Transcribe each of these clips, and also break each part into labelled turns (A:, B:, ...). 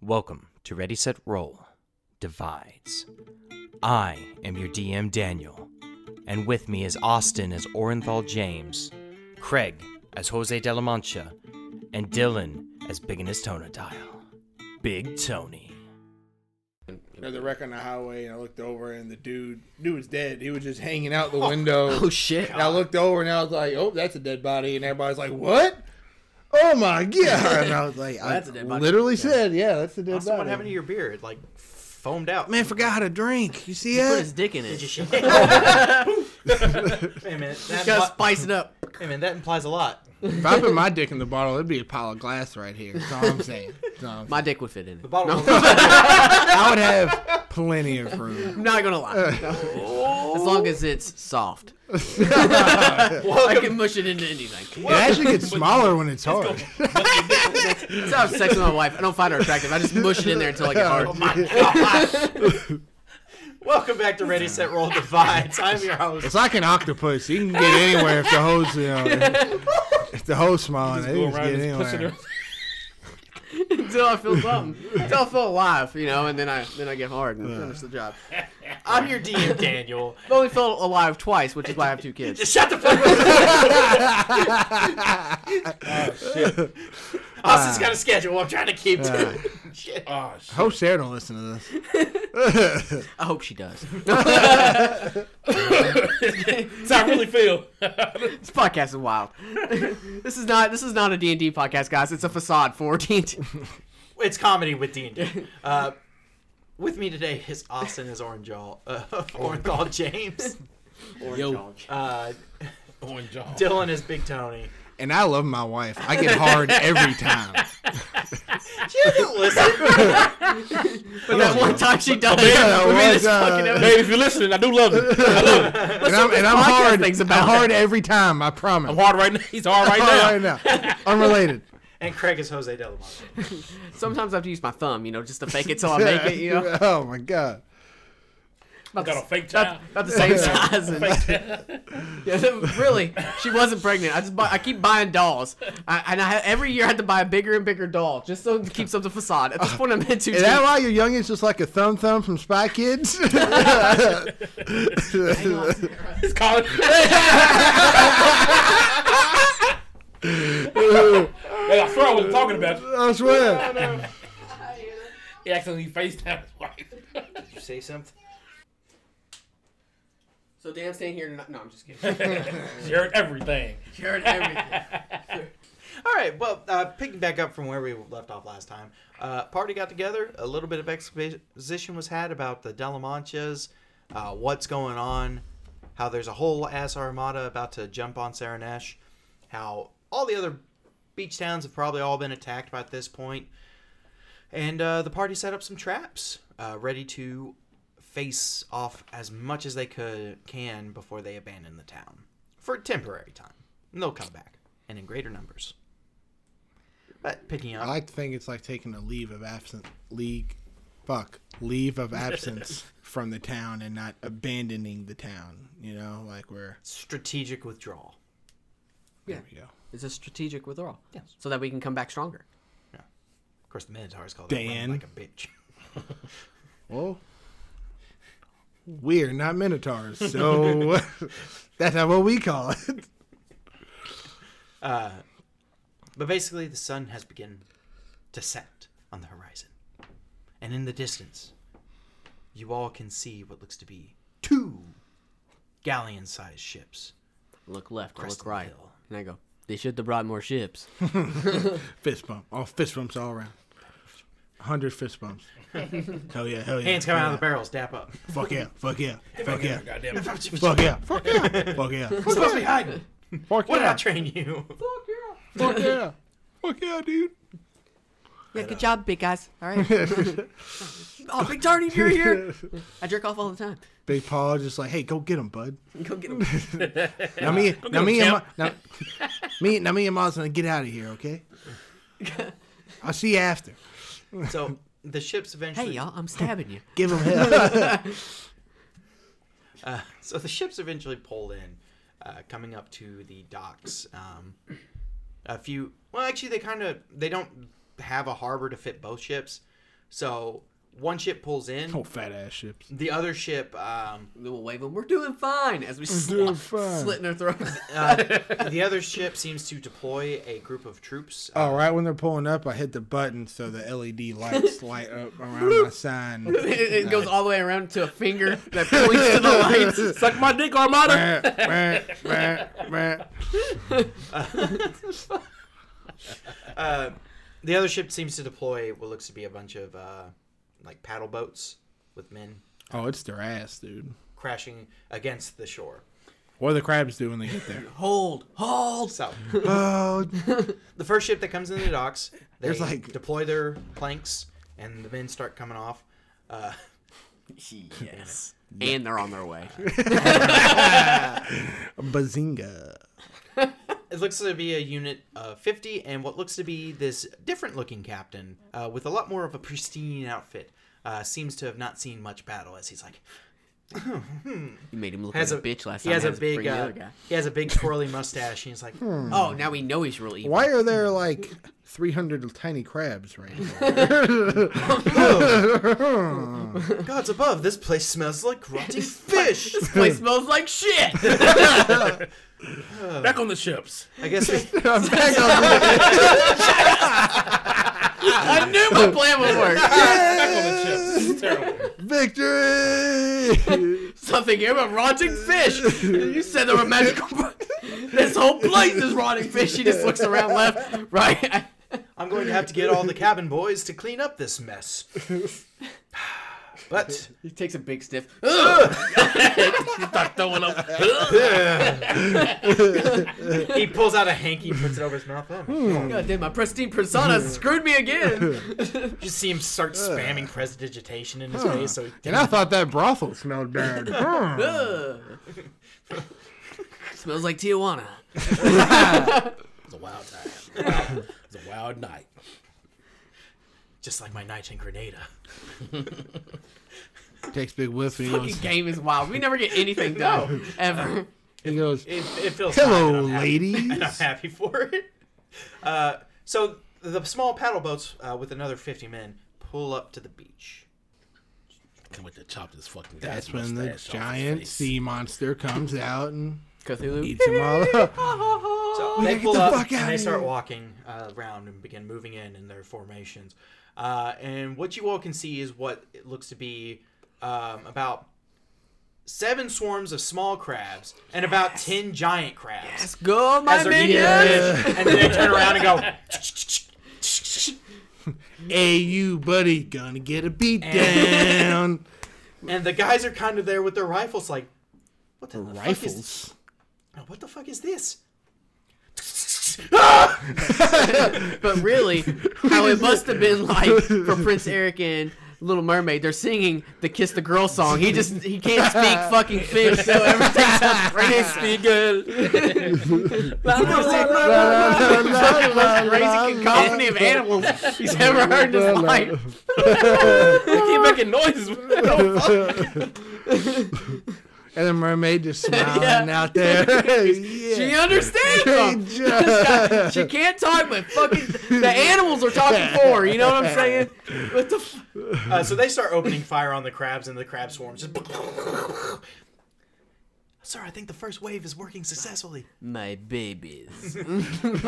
A: Welcome to Ready Set Roll Divides. I am your DM Daniel, and with me is Austin as Orenthal James, Craig as Jose de la Mancha, and Dylan as Big in his Tonadile. Big Tony.
B: There's a wreck on the highway, and I looked over, and the dude, dude was dead. He was just hanging out the window.
C: Oh shit!
B: And I looked over, and I was like, "Oh, that's a dead body," and everybody's like, "What? Oh my god!" And I was like,
C: that's a dead
B: "I
C: body.
B: literally said, yeah, that's a dead
D: Austin, what
B: body."
D: happened to your beard? Like foamed out.
C: Man forgot how to drink. You see
D: Put
C: that?
D: his dick in it. Just Hey man, that
C: Gotta
D: impli-
C: spice it up.
D: hey man, that implies a lot.
B: if I put my dick in the bottle, it'd be a pile of glass right here. That's all I'm saying. That's all I'm
C: My dick would fit in it.
D: The bottle. was-
B: saying. I would have plenty of room.
C: I'm not gonna lie. As long as it's soft, I
D: Welcome,
C: can mush it into anything.
B: It actually gets smaller when it's hard.
C: That's how I have sex with my wife. I don't find her attractive. I just mush it in there until I get hard.
D: welcome back to Ready Set Roll Divides. I'm your host.
B: It's like an octopus. You can get anywhere if the hole's you know, if, if the hole's small. You
E: go
B: can
E: around
B: get
E: just pushing
B: anywhere.
E: her.
C: until I feel something. Until I feel alive, you know, and then I then I get hard and finish the job.
D: I'm your DM Daniel.
C: I've only felt alive twice, which is why I have two kids.
D: Shut the fuck up. Austin's got a schedule. I'm trying to keep to. Shit. Um,
E: Oh, shit.
B: Hope Sarah don't listen to this.
C: I hope she does.
E: That's how I really feel.
C: This podcast is wild. this is not this is not a D and D podcast, guys. It's a facade for D and D.
D: It's comedy with D and D. Uh, With me today is Austin as Orange Jaw, uh, Orange Jaw James,
E: Yo,
D: uh,
E: Owen John.
D: Dylan is Big Tony.
B: And I love my wife. I get hard every time.
D: She doesn't listen.
C: But that one time she does,
E: man,
B: that
C: we made
B: was,
C: this
B: uh,
C: fucking episode.
E: Babe, if you're listening, I do love you.
B: and I'm, and I'm
C: podcast
B: hard.
C: thing's about.
B: I'm hard every time. I promise.
E: I'm hard right now. He's hard right
B: hard
E: now.
B: right now. Unrelated.
D: and Craig is Jose Delamonte.
C: Sometimes I have to use my thumb, you know, just to fake it till I make it, you know.
B: Oh my god.
C: About
E: Got a
C: the,
E: fake child.
C: about the same size. And, yeah, so really, she wasn't pregnant. I just buy, I keep buying dolls, I, and I ha- every year I had to buy a bigger and bigger doll just so to keep up the facade. At this point, I'm into
B: Is that why your youngest is like a thumb thumb from Spy Kids? That's
E: It's called. Hey, I swear I wasn't talking about you.
B: what.
E: He accidentally FaceTimed his wife.
D: Did you say something?
C: So damn, staying here. No, I'm just kidding.
E: She heard everything.
C: You heard everything.
D: All right. Well, uh, picking back up from where we left off last time, uh, party got together. A little bit of exposition was had about the Delamanchas, uh, what's going on, how there's a whole ass armada about to jump on Saranesh, how all the other beach towns have probably all been attacked by this point, and uh, the party set up some traps, uh, ready to face off as much as they could can before they abandon the town for a temporary time. And they'll come back and in greater numbers. But picking
B: I
D: up,
B: like to think it's like taking a leave of absence. League. Fuck. Leave of absence from the town and not abandoning the town. You know, like where.
D: strategic withdrawal.
B: There we go.
C: It's a strategic withdrawal. Yes. So that we can come back stronger.
D: Of course, the Minotaur's called that woman
B: Dan.
D: like a bitch.
B: Well, we're not minotaurs, so that's not what we call it.
D: But basically, the sun has begun to set on the horizon. And in the distance, you all can see what looks to be two galleon sized ships.
C: Look left, I look
D: Crescent
C: right,
D: Hill.
C: and I go. They should have brought more ships.
B: Fist bump. All fist bumps all around. 100 fist bumps. hell yeah, hell yeah.
D: Hands coming out of the barrels, dap up.
B: the Fuck yeah, fuck yeah, fuck yeah.
E: Goddamn it.
B: Fuck yeah, fuck yeah, fuck yeah.
D: We're supposed to be hiding.
B: Fuck
D: What did I train you?
B: Fuck yeah. Fuck yeah, dude.
C: Yeah, good job, big guys. All right. oh, big tardy, you're here. I jerk off all the time.
B: Big Paul just like, hey, go get him, bud.
C: Go get 'em.
B: Now me, now
E: him,
B: me, and Ma,
E: champ.
B: now, me, now me and Ma's gonna get out of here, okay? I'll see you after.
D: So the ships
C: Hey,
D: eventually.
C: y'all, I'm stabbing you.
B: Give him hell.
D: uh, So the ships eventually pulled in, uh, coming up to the docks. Um, a few. Well, actually, they kind of they don't have a harbor to fit both ships, So one ship pulls in,
B: Oh, fat ass ships.
D: the other ship, um,
C: They will wave them. We're doing fine as we
B: doing
C: slit,
B: fine.
C: slit in their throats.
D: uh, the other ship seems to deploy a group of troops. Uh,
B: Oh, right when they're pulling up, I hit the button so the LED lights light up around my sign.
C: it, it goes all the way around to a finger that points to the lights.
E: Suck my dick, Armada.
B: Wah, wah, wah, wah.
D: uh, the other ship seems to deploy what looks to be a bunch of uh, like paddle boats with men
B: oh, it's their ass, dude.
D: crashing against the shore.
B: What do the crabs do when they get there?
C: Hold, hold.
D: So
B: Oh,
D: the first ship that comes into the docks, they
B: There's like-
D: deploy their planks, and the men start coming off. Uh,
C: Yes. And they're on their way.
B: bazinga.
D: It looks to be a unit of 50 and what looks to be this different looking captain uh, with a lot more of a pristine outfit. Uh, seems to have not seen much battle as he's like
C: You made him look
D: has
C: like
D: a
C: a bitch last
D: he
C: time.
D: has a
C: to bring
D: big
C: the
D: uh, Hmm.
C: other guy.
D: he has a big twirly mustache and he's like
C: Oh, now we know he's really evil.
B: Why are there like 300 tiny crabs right now?
D: gods above this place smells like rotting fish
C: This place smells like shit.
E: Back on the ships.
D: I guess we,
B: I'm back on
C: I knew my plan would work.
E: Back on the ships. It's terrible.
B: victory.
C: Something here about rotting fish. You said there were magical. this whole place is rotting fish. He just looks around left, right.
D: I'm going to have to get all the cabin boys to clean up this mess but
C: He takes a big sniff.
E: Start throwing up.
D: he pulls out a hanky and puts it over his mouth oh,
C: God damn, my pristine persona screwed me again.
D: you see him start spamming prestidigitation in his face so he
B: and I thought that brothel smelled bad. Hmm.
C: Ugh. Smells like Tijuana.
E: It's a wild time. It's a wild night.
D: just like my night in Grenada
B: Takes big whiff and he
C: Fucking
B: goes,
C: game is wild. We never get anything done ever.
B: he goes
D: It, it feels fine,
B: Hello,
D: and I'm happy-
B: ladies.
D: and I'm happy for it. Uh, so the small paddle boats uh, with another 50 men pull up to the beach.
E: Come with the chop this fucking guy.
B: That's when the giant sea monster comes out and
C: Cthulhu.
B: eats them all up.
D: So
B: We
D: they
B: gotta Oh, get
D: pull
B: the
D: up
B: fuck
D: and
B: outta
D: they start
B: here.
D: walking uh, around and begin moving in in their formations. Uh, and what you all can see is what it looks to be um, about seven swarms of small crabs and about 10 giant crabs.
C: Let's go, my
D: As they're eating
C: minions.
D: fish, and then they turn around and go,
B: Hey, you buddy, gonna get a beat down.
D: and the guys are kind of there with their rifles, like, what the fuck is-
B: Rifles.
D: Now, what the fuck is this?
C: But really, how it must have been like for Prince Eric and Little Mermaid. They're singing the Kiss the Girl song. He just he can't speak fucking fish, so everything sounds crazy. Most crazy cacophony of animals he's ever heard in his life.
E: They keep making noises. No fuck.
B: And the mermaid just smiling out there.
C: She
B: yeah.
C: understands them.
B: Hey, Joe.
C: She can't talk, but fucking the animals are talking for her. You know what I'm saying? What the f-
D: Uh, so they start opening fire on the crabs, and the crab swarms just. Sir, I think the first wave is working successfully.
C: my babies?
D: The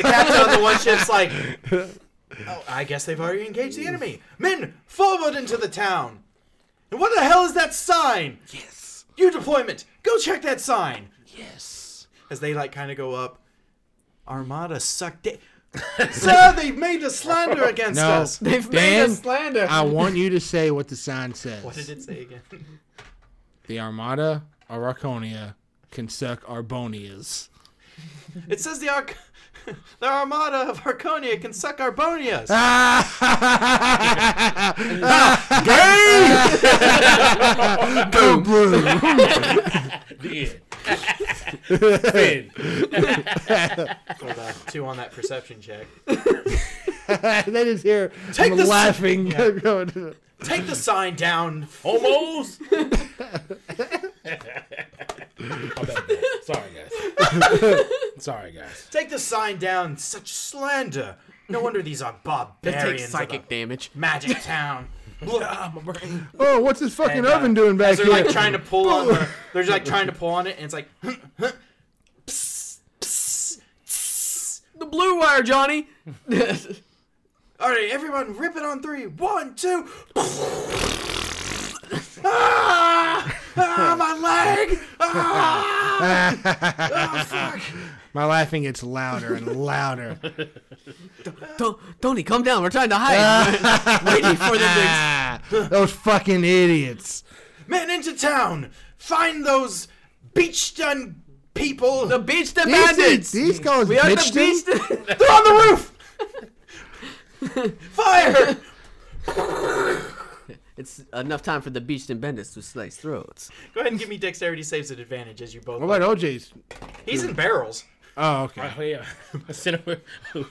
D: captain on the one ship's like, "Oh, I guess they've already engaged the enemy. Men, forward into the town. And what the hell is that sign?
B: yes.
D: You deployment, go check that sign.
B: Yes.
D: As they like kind of go up, Armada sucked it. Sir, they've made a slander against
B: No.
D: us.
C: They've made
B: Dan,
C: us slander.
B: I want you to say what the sign says.
D: What did it say again?
B: The Armada Arauconia can suck Arbonias.
D: It says the Arc- the Armada of Arconia can suck Arbonias.
B: Ah. Gay! Go blue.
E: Dead. Finn.
D: Hold on, two on that perception check.
B: they just hear
D: Take
B: him
D: the-
B: laughing.
D: Yeah.
B: Going,
D: Take the sign down.
E: Homos. I'm back now. Sorry, guys. Sorry, guys.
D: Take the sign down. Such slander. No wonder these are
C: That
D: barbarians.
C: takes
D: of
C: psychic
D: a
C: damage.
D: Magic town. Look, ah, my brain.
B: Oh, what's this fucking
D: And, uh,
B: oven doing back
D: as they're
B: here?
D: like trying to pull on the, they're like trying to pull on it, and it's like, pss, pss, pss.
C: The blue wire, Johnny.
D: all right, everyone, rip it on three. One, two. ah! ah, my leg! Ah! Ah, fuck!
B: My laughing gets louder and louder.
C: Ton- Tony, come down. We're trying to hide. Waiting for the big.
B: ah, those fucking idiots.
D: Men into town! Find those beach done people!
C: The beach the
B: These,
C: bandits.
B: these guys
C: we are the
B: bitched
C: beach.
B: him?
C: The-
D: They're on the roof! Fire!
C: it's enough time for the beached and bandits to slice throats.
D: Go ahead and give me dexterity saves at advantage as you both.
B: What about OJ's?
D: He's in barrels.
B: Oh, okay.
E: Oh, yeah. I sent him.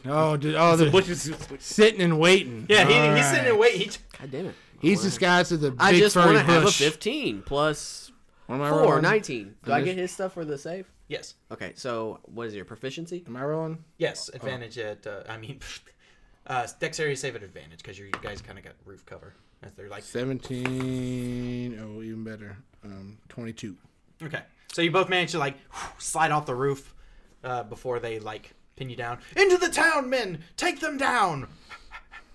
B: Oh, dude, oh, they're
E: Butch's.
B: sitting and waiting.
D: Yeah, he,
B: All
D: he's sitting
B: right.
D: there waiting. He t-
C: God damn it.
B: He's disguised as a big
C: I just
B: furry
C: want to
B: bush.
C: have a 15 plus
B: What am I
C: 4,
B: rolling?
C: 19. Do
B: I
C: I get
B: just-
C: his stuff for the save?
D: yes.
C: Okay, so what is your proficiency?
B: Am I rolling?
D: Yes, advantage at, uh, I mean, uh, dexterity save at advantage because you guys kind of got roof cover. As They're like,
B: Seventeen. Oh, even better. Um, twenty-two.
D: okay. So you both manage to, like, slide off the roof uh, before they, like, pin you down. Into the town, men! Take them down!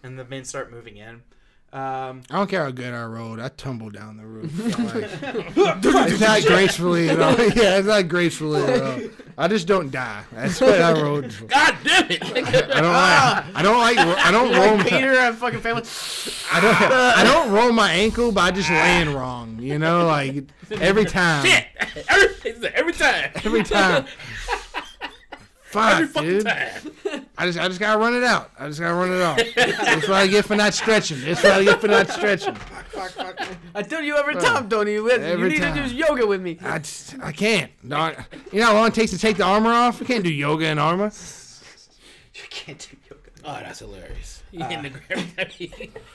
D: And the men start moving in. Um,
B: I don't care how good I rolled. I tumbled down the roof. Like, it's not gracefully at all. Yeah, it's not gracefully at all. I just don't die. That's what I rolled. for.
E: God damn it!
B: I don't like. I don't like. I don't roll. My,
C: Peter and fucking family.
B: I don't. I don't roll my ankle, but I just land wrong. You know, like every time.
E: Shit! Every, it's every time.
B: Every time.
E: Every
B: Fuck,
E: fucking
B: dude.
E: time.
B: I just, I just gotta run it out. I just gotta run it out. That's what I get for not stretching. That's what I get for not stretching.
C: I tell you every time, Tony. You, you
B: Every
C: need to
B: time.
C: do yoga with me.
B: I just, I can't. No, I- you know how long it takes to take the armor off? I can't do yoga in armor.
D: you can't do yoga.
E: Oh, that's hilarious. He hit the
C: Ah.
E: ground. He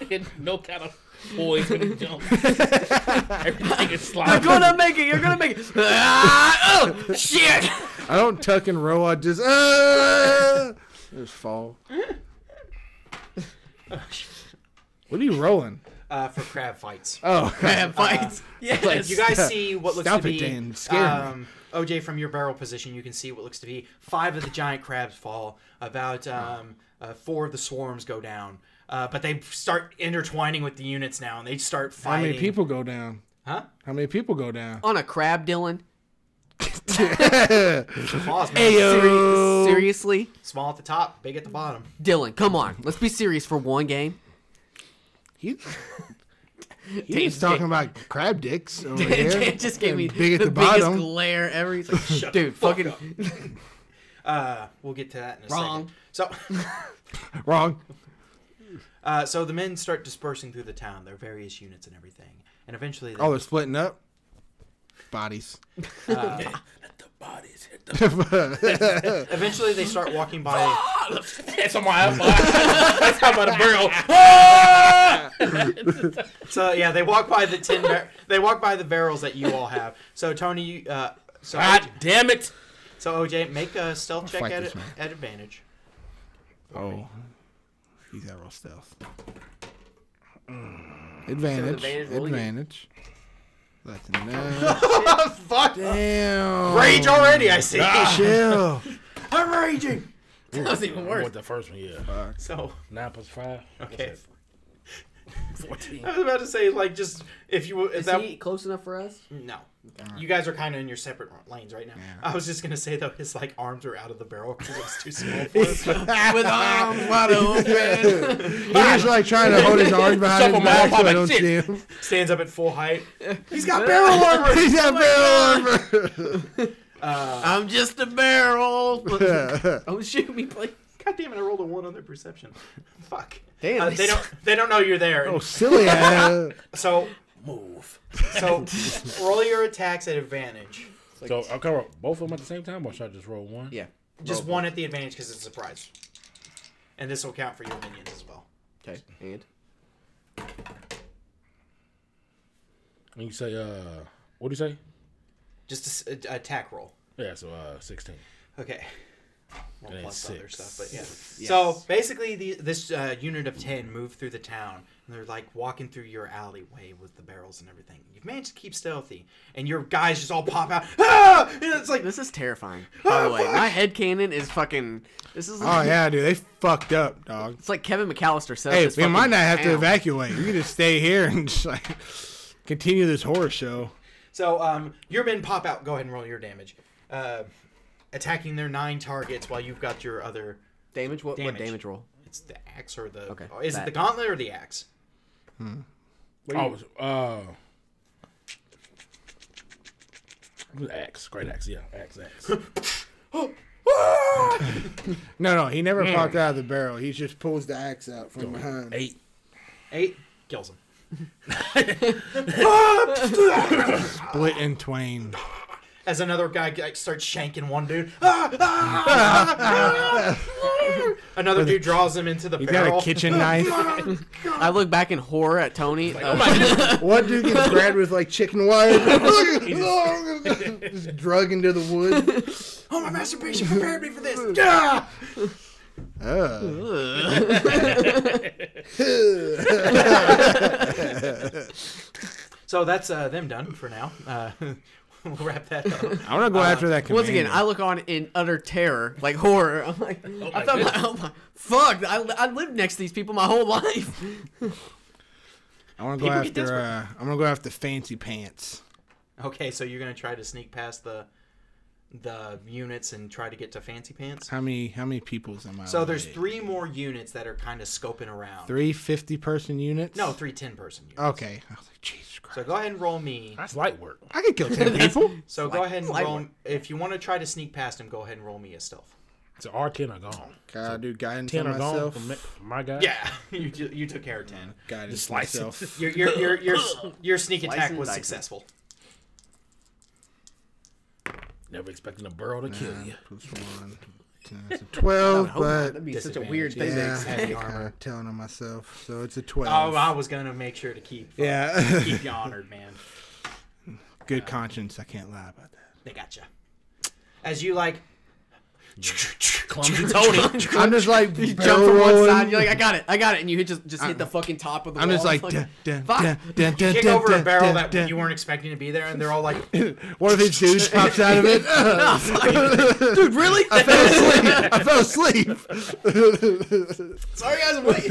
E: hit no kind of poise when he jumped. Everything is
C: You're
E: sliding.
C: gonna make it. You're gonna make it. Ah, oh shit!
B: I don't tuck and roll. I just, uh, just fall. What are you rolling?
D: Uh, for crab fights.
B: Oh,
C: Crab fights. yes.
D: Like you guys see what looks
B: Stop
D: to
B: it,
D: be
B: Dan. Scare me.
D: um, OJ from your barrel position. You can see what looks to be five of the giant crabs fall. About
B: Oh.
D: um, uh, four of the swarms go down, uh, but they start intertwining with the units now, and they start
B: how
D: fighting.
B: many people go down?
D: Huh?
B: How many people go down?
C: on a crab, Dylan.
D: Claws, man.
B: Ayo.
C: Seriously,
D: Small at the top, big at the bottom.
C: Dylan, come on. Let's be serious for one game.
B: He, he's talking about crab dicks over here.
C: It just gave
B: And
C: me
B: big at
C: the,
B: the
C: biggest
B: bottom.
C: glare ever. He's like,
D: Shut
C: dude,
D: the fuck
C: fucking.
D: up. Uh, we'll get to that in a
C: Wrong.
D: second. So.
B: Wrong.
D: Uh, so the men start dispersing through the town, their various units and everything, and eventually they
B: Oh, they're splitting up. Bodies.
E: Let the bodies hit the.
D: eventually they start walking by.
E: That's on my That's how about a barrel.
D: So yeah, they walk by the tin. Bar- they walk by the barrels that you all have. So Tony, you, uh, so
E: God
D: OJ,
E: damn it!
D: so OJ, make a stealth check
B: fight
D: at,
B: this man.
D: at advantage.
B: Oh. He's got real stealth. Mm. Advantage.
C: advantage, roll again.
B: advantage. That's enough.
C: Oh,
D: Fuck!
B: Damn.
D: Rage already, I see.
C: Ah.
B: Chill.
D: I'm raging.
C: That was even worse. Uh,
E: What the first one? Yeah.
D: So
E: Nine plus five.
D: okay,
E: Fourteen.
D: I was about to say like just if you if
C: Is
D: that
C: he close enough for us?
D: no. You guys are kind of in your separate lanes right now. I was just gonna say though, his like arms are out of the barrel because it was too small for him.
C: With arms wide open.
B: He's just like trying to hold his arm behind
E: Shuffle
B: his
E: my
B: back
E: arm,
B: so I
E: like,
B: don't
E: shit.
B: see him.
D: Stands up at full height. He's got barrel armor.
B: He's got barrel armor.
C: I'm just a barrel. Don't Oh, shoot me, please.
D: God damn it! I rolled a one on their perception. Fuck.
C: Damn,
D: Uh,
C: they
D: they don't. They don't know you're there.
B: Oh, silly ass.
D: So
E: Move.
D: So roll your attacks at advantage.
E: So I'll cover both of them at the same time, or should I just roll one?
C: Yeah.
D: Just one at the advantage because it's a surprise. And this will count for your minions as well.
C: Okay. And
E: And you say, uh, what do you say?
D: Just a s- a- attack roll.
E: Yeah, so uh, sixteen.
D: Okay. Well,
E: And
D: plus
E: it's
D: other
E: six.
D: stuff, but yeah. So
C: Yes.
D: basically, the, this uh, unit of ten moved through the town, and they're like walking through your alleyway with the barrels and everything. You've managed to keep stealthy, and your guys just all pop out. Ah! And it's like
C: This is terrifying. By the way,
D: fuck.
C: my head cannon is fucking. This is.
B: Oh yeah, dude, they fucked up, dog.
C: It's like Kevin McAllister said.
B: Hey, we might not have to evacuate. We could just stay here and just like continue this horror show.
D: so. Um, your men pop out. Go ahead and roll your damage. Uh, attacking their nine targets while you've got your other.
C: Damage? What,
D: Damage.
C: what damage roll?
D: It's the axe or the.
C: Okay,
D: Is it
C: that.
D: the gauntlet or the axe?
E: Oh, it was, uh, it was axe, great axe, yeah, axe, axe.
B: No, no, he never popped out of the barrel. He just pulls the axe out from behind.
E: Eight.
D: Eight kills him.
B: Split in twain.
D: as another guy like, starts shanking one dude. Ah, ah, ah, ah. another dude draws him into the
B: He got
D: barrel.
B: a kitchen knife.
C: I look back in horror at Tony. Uh,
B: One dude gets grabbed with like chicken wire, just drug into the wood.
D: Oh, my masturbation prepared me for this. Ah!
B: Uh,
D: So that's uh, them done for now. Uh, we'll wrap that up.
B: I want to go after that. Commander.
C: once again, I look on in utter terror, like horror. I'm like, I thought, my, oh my, fuck! I, I lived next to these people my whole life.
B: I want to go
D: People get
B: after.
D: desperate.
B: Uh, I'm gonna go after fancy pants.
D: Okay, so you're gonna try to sneak past the the units and try to get to fancy pants.
B: How many? How many people's am I?
D: So there's
B: with?
D: three more units that are kind of scoping around.
B: three fifty person units.
D: No, three ten person units.
B: Okay. I was like, Jesus Christ.
D: So go ahead and roll me.
E: That's light work.
B: I could kill ten people.
D: So go ahead and
C: slight
D: roll. If you want to try to sneak past him, go ahead and roll me a stealth.
E: So our ten are gone.
B: Can I do guidance
E: Ten
B: on
E: are gone
B: myself?
E: from, my- from my guy.
D: Yeah, you ju- you took care of ten.
B: Guidance
E: slice it.
B: myself.
D: Your your your your, your sneak
C: Slice
D: attack
C: and
D: was
C: dice it.
D: successful.
E: Never expecting a burrow to kill you.
B: Plus one. Ten, it's a twelve,
C: Hope not.
B: but
C: That'd be such a weird thing. to
B: yeah,
C: expect.
D: heavy
B: I'm
D: armor.
B: telling on myself. So it's a twelve.
D: Oh, I was gonna make sure to keep uh,
B: yeah.
D: keep you honored, man.
B: Good conscience. I can't lie about that.
D: They gotcha. As you like,
E: Clumsy Tony.
B: I'm just like
C: You jump from one side, you're
B: barreling.
C: like, I got it, I got it, and you hit just just hit the fucking top of the
B: Uh-uh. I'm
C: wall.
B: just like,
C: It's
B: dun, dun,
C: fuck.
B: dun, dun, dun,
D: kick
B: dun,
D: over a
B: dun,
D: barrel
B: dun,
D: that
B: dun.
D: you weren't expecting to be there, and they're all like,
B: One of his dudes pops out of it. I
C: dude, really?
B: fell asleep. I fell asleep.
D: "Sorry guys, I'm late."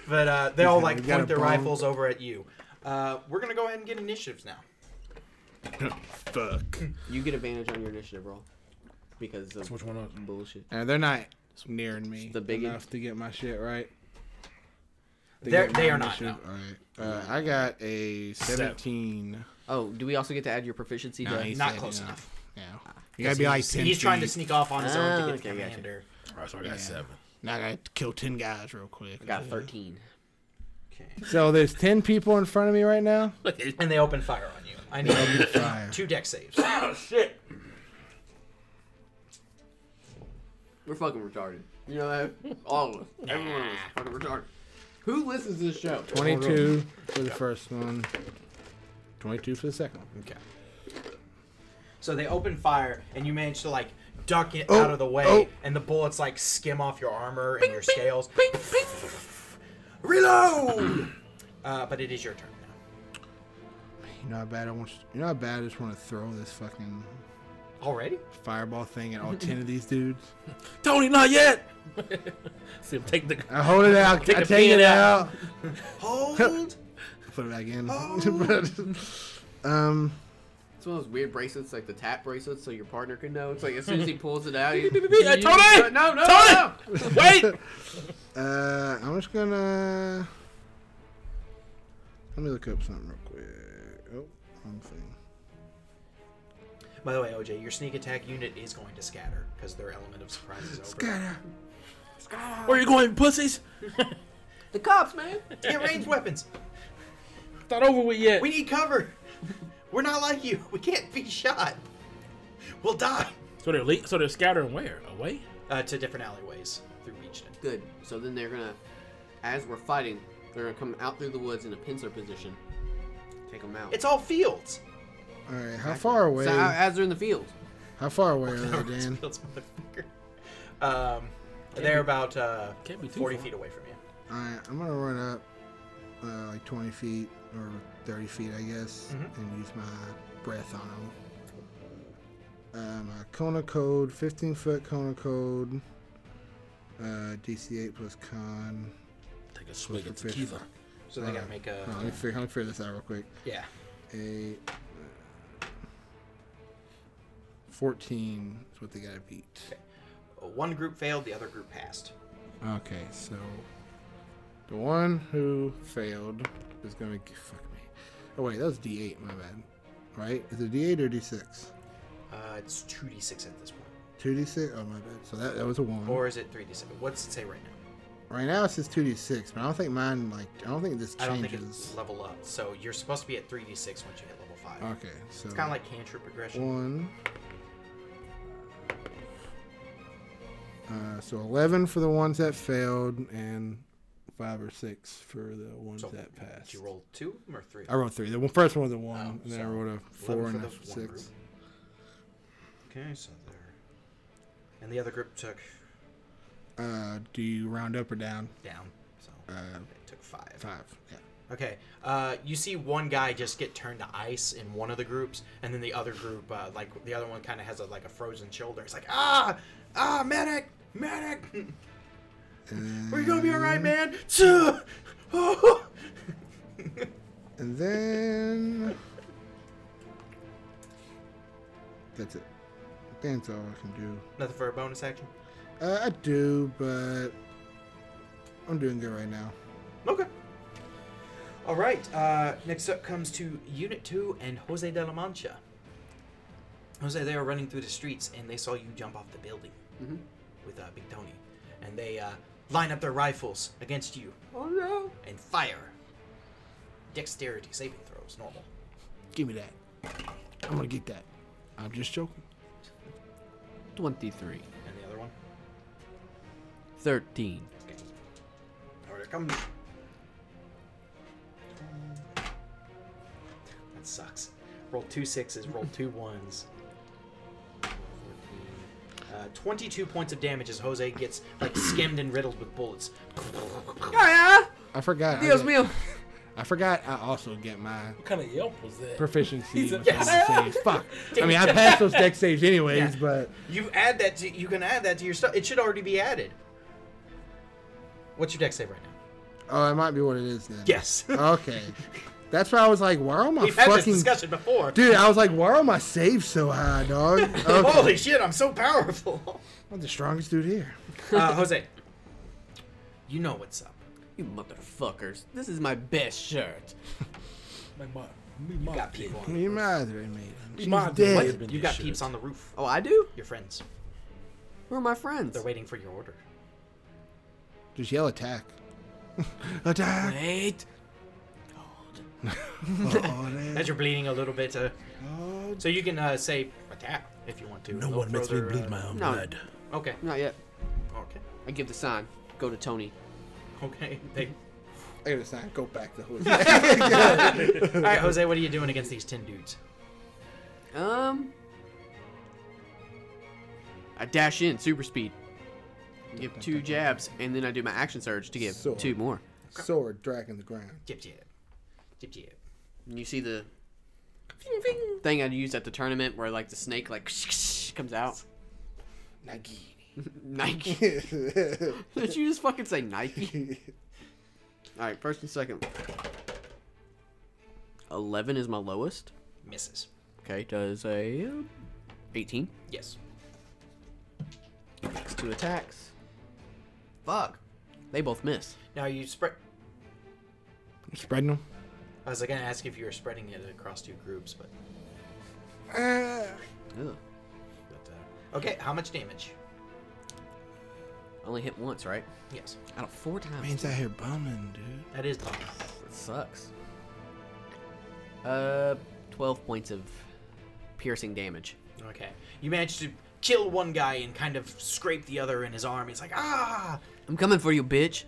D: but uh, they all like
B: We got
D: point
B: a
D: their
B: bone.
D: rifles over at you. Uh, we're gonna go ahead and get initiatives now.
B: Fuck.
C: you get advantage on your initiative roll because of
E: Which one? Are,
C: bullshit.
B: Uh, they're not nearing me
C: The big-
B: enough to get my shit right.
D: They're-
B: get
D: they
B: my
D: are not,
B: initiative- All right. Uh, I got a 17.
C: Oh, do we also get to add your proficiency?
B: No,
C: to
B: he
D: Not
B: said,
D: close
B: you know,
D: enough.
B: Yeah. You gotta be like 10
D: He's trying to
B: feet.
D: sneak off on his own
C: Ah,
D: to get the
C: okay, gotcha.
D: commander.
E: all right, so I got seven.
B: Now I gotta kill 10 guys real quick.
C: I got 13.
D: Okay.
B: So there's 10 people in front of me right now?
E: Look at
D: And they open fire on you. I need
B: Fire.
D: two deck saves.
E: oh, shit.
C: We're fucking retarded. You know that? All of us. Everyone is fucking retarded. Who listens to this show?
B: 22 for the first one. 22 for the second one.
D: Okay. So they open fire, and you manage to like duck it
B: Oh,
D: out of the way,
B: oh.
D: and the bullets like skim off your armor and your scales. Reload. uh, but it is your turn now.
B: You know how bad I want. You know how bad I just want to throw this fucking
D: Already?
B: fireball thing at all 10 of these dudes.
E: Tony, not yet. See him take the.
B: I hold it out.
E: Take
B: I
E: a
B: take
E: pin
B: it out.
D: Hold.
B: Put it back in. um.
C: It's one of those weird bracelets, like the tap bracelets, so your partner can know. It's like as soon as he pulls it out, he,
E: Hey, Tony!
C: No, no, no!
E: Tony! Wait!
B: Uh, I'm just gonna. Let me look up something real quick. Oh, wrong thing.
D: By the way, OJ, your sneak attack unit is going to scatter because their element of surprise is over.
B: Scatter.
E: Where you going, pussies?
C: The cops, man!
D: Get ranged weapons.
E: It's not over with yet.
D: We need cover. We're not like you. We can't be shot. We'll die.
E: so they're le- so they're scattering where? Away?
D: Uh, to different alleyways through Beachton.
C: Good. So then they're gonna, as we're fighting, they're gonna come out through the woods in a pincer position. Take them out.
D: It's all fields.
B: All right, how far away?
C: So, uh, as they're in the field.
B: How far away are they, Dan?
D: Fields, motherfucker. Um, they're about uh,
E: Can't be too
D: 40
E: far.
D: feet away from you.
B: All right, I'm gonna run up uh, like 20 feet or 30 feet, I guess, and use my breath on him. Uh, my Kona code, 15 foot Kona code, uh, DC8 plus con.
E: Take a swig of
B: Fish.
E: tequila.
D: So they gotta
B: Uh,
D: make a.
B: Hold on, let me figure, let me figure this out real quick. uh,
D: Yeah.
B: A 14 is what they gotta beat.
D: One group failed, the other group passed.
B: Okay, so the one who failed is gonna g- fuck me. Oh wait, that was D8. My bad. Right? Is it D8 or D6?
D: Uh, it's 2d6 at this point.
B: Two D6. Oh my bad. So that, that was a one.
D: Or is it 3d6? What's it say right now?
B: right now it says two D6, but I don't think mine like I don't think this
D: I don't think it's
B: changes.
D: level up. So you're supposed to be at 3d6 once you hit level 5.
B: okay, so
D: It's kind of like cantrip progression.
B: one. Uh, so eleven for the ones that failed, and five or six for the ones
D: So
B: that passed.
D: Did you roll 2 of 'em or 3?
B: I wrote three. The one- first one was a one,
D: Oh,
B: and then I
D: so
B: wrote a four and a six.
D: Okay, so there. And the other group took
B: Uh, do you round up or down?
D: down. So
B: Uh,
D: it took five.
B: five. Yeah.
D: Okay. Uh, you see one guy just get turned to ice in one of the groups, and then the other group, uh, like the other one, kind of has a, like a frozen shoulder. It's like ah, ah, medic, medic. We're gonna be all right, man. Oh.
B: And then that's it. I think That's all I can do.
D: Nothing for a bonus action.
B: Uh, I do, but I'm doing good right now.
D: Okay. All right. Uh, next up comes to Unit Two and Jose de la Mancha. Jose, they are running through the streets and they saw you jump off the building
C: Mm-hmm.
D: with uh, Big Tony, and they uh, line up their rifles against you
C: Oh no!
D: and fire. Dexterity saving throws, normal.
B: Give me that. I'm gonna get that. I'm just joking.
C: Twenty-three.
D: And the other one.
C: 13.
D: Okay. All right, it comes. That sucks. Roll two sixes, roll two ones. 14. Uh, 22 points of damage as Jose gets like skimmed and riddled with bullets.
C: Ah,
B: I forgot. I,
C: Dios
B: get-
C: mío.
B: I forgot. I also get my
E: What kind of yelp was that?
B: proficiency. with
E: Yes.
B: dex saves. Fuck. I mean, I passed those deck saves anyways,
D: Yeah.
B: but
D: You add that to you can add that to your stuff. It should already be added. What's your deck save right now?
B: oh, it might be what it is then.
D: Yes.
B: Okay. That's why I was like, why are my
D: We've had this
B: fucking
D: discussion before.
B: dude? I was like, why are my saves so high, dog? Okay.
D: Holy shit, I'm so powerful.
B: I'm the strongest dude here.
D: Uh, Jose, you know what's up.
C: You motherfuckers. This is my best shirt.
E: My mom. Oh, Me mom.
D: got people on-
B: Me mother, me. She's
E: mom
B: dead.
D: You got peeps on the roof.
C: Oh, I do?
D: Your friends.
C: Where are my friends?
D: They're waiting for your order.
E: Mm-hmm.
B: Just yell attack. attack.
C: Wait.
B: Oh, man.
D: As you're bleeding a little bit, uh,
B: Oh,
D: so you can uh, say attack if you want to.
E: No one makes me
D: further,
E: bleed
D: uh,
E: my own
C: No.
E: blood.
D: Okay.
C: Not yet.
D: Okay.
C: I give the sign. Go to Tony.
D: Okay. They...
B: I gotta sign. Go back to horse.
D: All right, Jose. What are you doing against these ten dudes?
C: Um. I dash in, super speed. Give two jabs, and then I do my action surge to give
B: Sword.
C: two more.
B: Sword dragging the ground.
D: Jip jip, jip jip.
C: And you see the thing I used at the tournament where like the snake like comes out.
B: Nagini.
C: Nike. Did you just fucking say Nike? All right, first and second. Eleven is my lowest.
D: Misses.
C: Okay, does a eighteen.
D: Yes.
C: That's two attacks. Fuck. They both miss.
D: Now you spread.
B: Spreading them.
D: I was gonna ask if you were spreading it across two groups, but
B: Ah.
C: Ugh.
D: but uh, okay. How much damage?
C: I only hit once, right?
D: Yes.
C: Out of four times.
B: Man's out here bumming, dude.
D: That is.
C: That sucks. Uh, twelve points of piercing damage.
D: Okay. You managed to kill one guy and kind of scrape the other in his arm. He's like, ah,
C: I'm coming for you, bitch.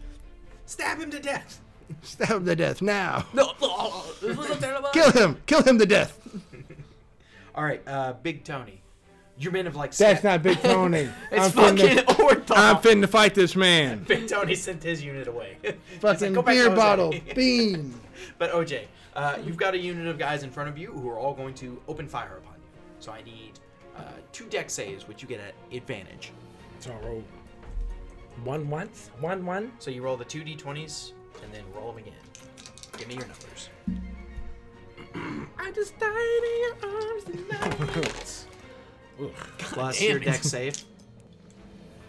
D: stab him to death.
B: Stab him to death now.
C: No. This was a terrible-
B: Kill him. Kill him to death.
D: All right, uh, Big Tony, You're men of like
B: That's
D: step.
B: not Big Tony.
C: It's
B: I'm
C: fucking
B: finna, I'm
C: Orthol.
B: finna fight this man.
D: Big Tony sent his unit away. He's like,
B: Fucking
D: "Go back to
B: beer
D: Ozai."
B: bottle, beam.
D: But OJ, uh, you've got a unit of guys in front of you who are all going to open fire upon you. So I need uh, two deck saves, which you get at advantage.
E: So I roll one once, one one.
D: So you roll the two d20s and then roll them again. Give me your numbers.
E: I just died in your arms tonight.
D: Plus
C: damn
D: your
C: it.
D: deck save.